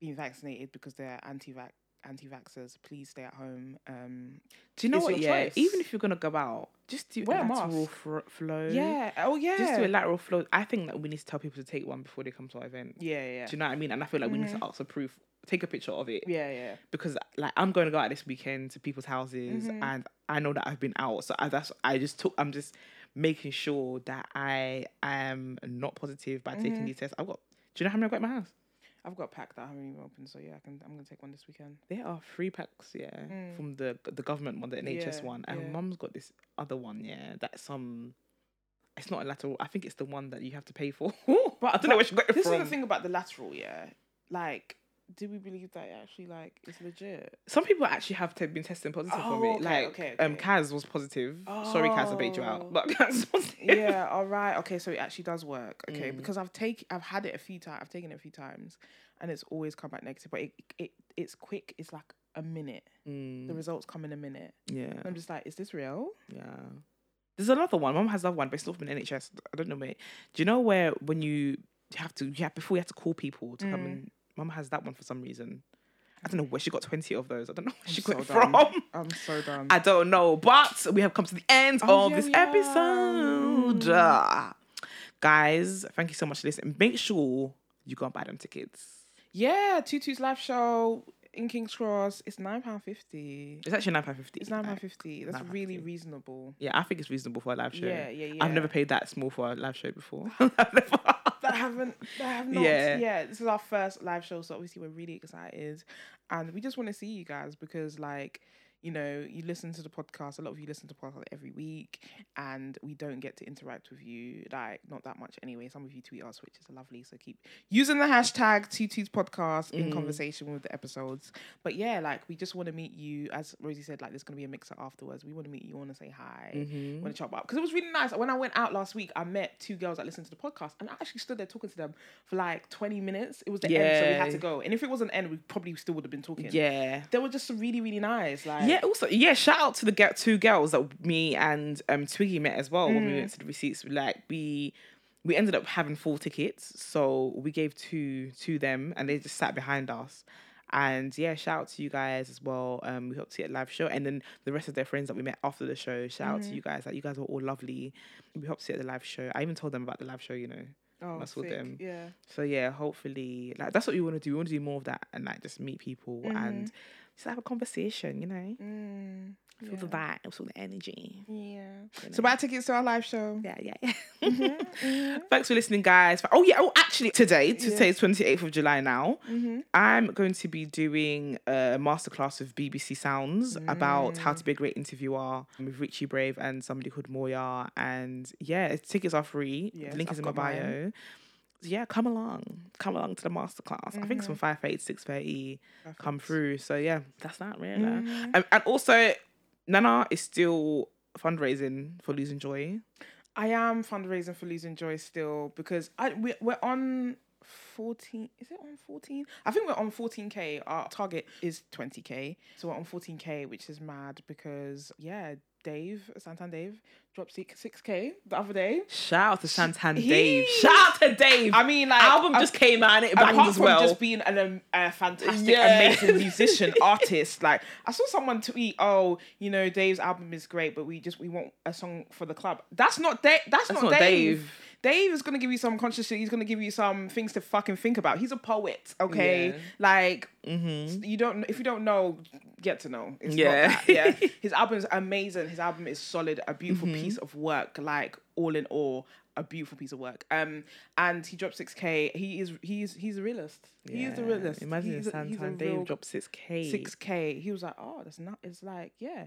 Speaker 2: being vaccinated because they're anti-vax, anti-vaxxers, please stay at home. Um,
Speaker 1: Do you know
Speaker 2: It's
Speaker 1: what?
Speaker 2: your
Speaker 1: Yeah,
Speaker 2: choice.
Speaker 1: even if you're gonna go out, just do
Speaker 2: Wear
Speaker 1: a
Speaker 2: a
Speaker 1: lateral
Speaker 2: mask.
Speaker 1: fro- flow.
Speaker 2: yeah. Oh, yeah.
Speaker 1: just do a lateral flow. I think that we need to tell people to take one before they come to our event.
Speaker 2: yeah, yeah,
Speaker 1: Do you know what I mean? And I feel like we need to ask for proof. Take a picture of it
Speaker 2: yeah, yeah.
Speaker 1: because like I'm going to go out this weekend to people's houses,
Speaker 2: Mm-hmm.
Speaker 1: and I know that I've been out, so I, that's I just took. I'm just making sure that I am not positive by
Speaker 2: Mm-hmm.
Speaker 1: taking these tests. I've got. Do you know how many I've got in my house?
Speaker 2: I've got packed that I haven't even opened, so yeah, I can. I'm gonna take one this weekend.
Speaker 1: There are three packs, yeah, from the the government one, the NHS
Speaker 2: Mm. Yeah,
Speaker 1: one, and
Speaker 2: yeah.
Speaker 1: mum's got this other one, yeah, that's some. It's not a lateral. I think it's the one that you have to pay for. but I don't know where she got it
Speaker 2: This
Speaker 1: from.
Speaker 2: is the thing about the lateral, yeah. Like, do we believe that it actually like is legit?
Speaker 1: Some people actually have te- been testing positive
Speaker 2: Oh,
Speaker 1: from it.
Speaker 2: okay,
Speaker 1: like,
Speaker 2: okay,
Speaker 1: um,
Speaker 2: okay.
Speaker 1: Kaz was positive. Sorry, Kaz, I baited you
Speaker 2: Oh.
Speaker 1: out, but Kaz was positive.
Speaker 2: yeah, all right. Okay, so it actually does work. Okay, because I've take I've had it a few times. I've taken it a few times, and it's always come back negative. But it it it's quick. It's like a minute.
Speaker 1: Mm,
Speaker 2: The results come in a minute.
Speaker 1: yeah,
Speaker 2: And I'm just like, is this real?
Speaker 1: yeah. There's another one. Mum has another one, but it's not from the NHS. I don't know where. Do you know where when you have to, yeah, before you have to call people to
Speaker 2: Mm.
Speaker 1: come and. Mum has that one for some reason. I don't know where she got 20 of those. I don't know where she got it
Speaker 2: so dumb.
Speaker 1: from.
Speaker 2: I'm so done.
Speaker 1: I don't know, but we have come to the end
Speaker 2: Oh,
Speaker 1: of
Speaker 2: yeah,
Speaker 1: this
Speaker 2: we are.
Speaker 1: episode. Uh, Guys, thank you so much for listening. Make sure you go and buy them tickets.
Speaker 2: yeah, Tutu's live show in King's Cross. It's nine pound fifty.
Speaker 1: It's actually nine pound fifty.
Speaker 2: It's nine pound fifty. That's
Speaker 1: £9.50.
Speaker 2: really reasonable.
Speaker 1: Yeah, I think it's reasonable for a live show.
Speaker 2: Yeah, yeah,
Speaker 1: I've
Speaker 2: yeah.
Speaker 1: never paid that small for a live show before. I've never-
Speaker 2: That haven't, that have not.
Speaker 1: Yeah.
Speaker 2: Yeah. this is our first live show, so obviously we're really excited, and we just want to see you guys because, like, you know, you listen to the podcast. A lot of you listen to podcast every week, and we don't get to interact with you like not that much anyway. Some of you tweet us, which is lovely. So keep using the hashtag Tutu's Podcast in
Speaker 1: Mm.
Speaker 2: conversation with the episodes. But yeah, like we just want to meet you. As Rosie said, like there's gonna be a mixer afterwards. We want to meet you. Want to say hi.
Speaker 1: Mm-hmm.
Speaker 2: Want to chop up because it was really nice. When I went out last week, I met two girls that listened to the podcast, and I actually stood there talking to them for like 20 minutes. It was the end, so we
Speaker 1: Yeah.
Speaker 2: had to go. And if it wasn't end, we probably still would have been talking.
Speaker 1: yeah.
Speaker 2: They were just really, really nice. Like
Speaker 1: Yeah, also, yeah, shout out to the girl, two girls that me and um, Twiggy met as well when we went to the receipts. We, Like, we we ended up having four tickets, so we gave two to them and they just sat behind us. And yeah, shout out to you guys as well. Um, we hope to see a live show, and then the rest of their friends that we met after the show. Shout out to you guys, like you guys were all lovely. We hope to see you at the live show. I even told them about the live show, you know.
Speaker 2: oh,
Speaker 1: that's what
Speaker 2: sick.
Speaker 1: them-
Speaker 2: Yeah.
Speaker 1: So yeah, hopefully, like that's what we want to do. We want to do more of that and like just meet people and just have a conversation, you know.
Speaker 2: Mm,
Speaker 1: Feel the vibe, feel the energy.
Speaker 2: yeah. So buy tickets to our live show.
Speaker 1: Yeah, yeah, yeah.
Speaker 2: Mm-hmm,
Speaker 1: Thanks for listening, guys. Oh yeah. Oh, actually, today, today's twenty eighth of July. Now,
Speaker 2: Mm-hmm.
Speaker 1: I'm going to be doing a masterclass with BBC Sounds about
Speaker 2: Mm.
Speaker 1: how to be a great interviewer with Richie Brave and somebody called Moya. And yeah, it's- tickets are free.
Speaker 2: Yes,
Speaker 1: the link is
Speaker 2: I've
Speaker 1: in my
Speaker 2: got mine.
Speaker 1: bio. Yeah, come along. Come along to the masterclass. I think it's
Speaker 2: Mm-hmm.
Speaker 1: from five thirty to six thirty. Come through. So yeah, that's that really.
Speaker 2: Mm-hmm.
Speaker 1: Um, and also, Nana is still fundraising for Losing Joy.
Speaker 2: I am fundraising for Losing Joy still because I we, we're on 14 is it on 14 i think we're on 14k our target is 20k so we're on 14k which is mad because yeah dave santan dave dropped six, 6k the other day
Speaker 1: Shout out to Shantan
Speaker 2: He-
Speaker 1: Dave. Shout out to Dave.
Speaker 2: i mean like
Speaker 1: album
Speaker 2: a-
Speaker 1: just came out and it
Speaker 2: apart
Speaker 1: banged as
Speaker 2: from
Speaker 1: well.
Speaker 2: just being an, um, a fantastic,
Speaker 1: Yeah.
Speaker 2: amazing musician, artist, like I saw someone tweet, "Oh, you know, Dave's album is great, but we just we want a song for the club." That's not Dave. That's, not,
Speaker 1: not
Speaker 2: Dave.
Speaker 1: Dave.
Speaker 2: Dave. is gonna give you some conscious shit. He's gonna give you some things to fucking think about. He's a poet, okay?
Speaker 1: Yeah.
Speaker 2: Like you don't if you don't know, get to know. It's
Speaker 1: Mm-hmm. Yeah.
Speaker 2: yeah, not that, yeah. His album is amazing. His album is solid. A beautiful
Speaker 1: Mm-hmm.
Speaker 2: piece of work. Like all in all, a beautiful piece of work. Um, and he dropped six k. He is he is he's a realist. He is the
Speaker 1: Yeah.
Speaker 2: realist.
Speaker 1: Imagine
Speaker 2: he's a- he's a
Speaker 1: Santan Dave
Speaker 2: real
Speaker 1: dropped 6K.
Speaker 2: six k. He was like, oh, that's not. It's like yeah,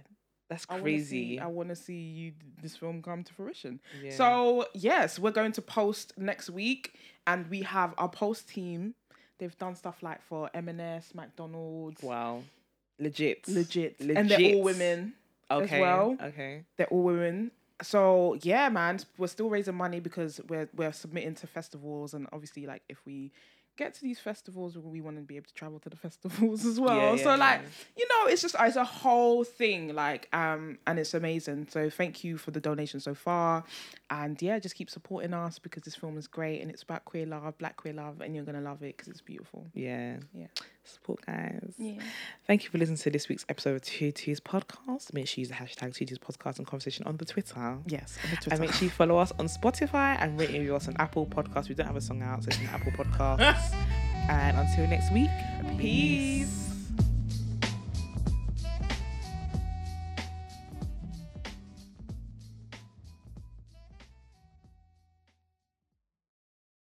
Speaker 1: That's
Speaker 2: I wanna
Speaker 1: crazy.
Speaker 2: see- I want to see you this film come to fruition.
Speaker 1: Yeah.
Speaker 2: So yes, we're going to post next week, and we have our post team. They've done stuff like for M&S, McDonald's,
Speaker 1: wow. Legit.
Speaker 2: legit. and they're all women
Speaker 1: Okay.
Speaker 2: as well.
Speaker 1: Okay.
Speaker 2: They're all women. so yeah, man, we're still raising money because we're we're submitting to festivals, and obviously, like if we get to these festivals, we want to be able to travel to the festivals as well.
Speaker 1: Yeah, yeah,
Speaker 2: so like,
Speaker 1: yeah.
Speaker 2: you know, it's just it's a whole thing, like um, and it's amazing. So thank you for the donation so far, and yeah, just keep supporting us because this film is great and it's about queer love, black queer love, and you're gonna love it because it's beautiful.
Speaker 1: Yeah.
Speaker 2: Yeah.
Speaker 1: Support guys. Thank you for listening to this week's episode of Tutu's podcast. Make sure you use the hashtag Tutu's podcast and conversation on the Twitter.
Speaker 2: Yes. on the
Speaker 1: And
Speaker 2: Twitter.
Speaker 1: make sure you follow us on Spotify and rate and review us on Apple Podcasts. We don't have a song out, so it's on Apple Podcasts. and until next week, peace.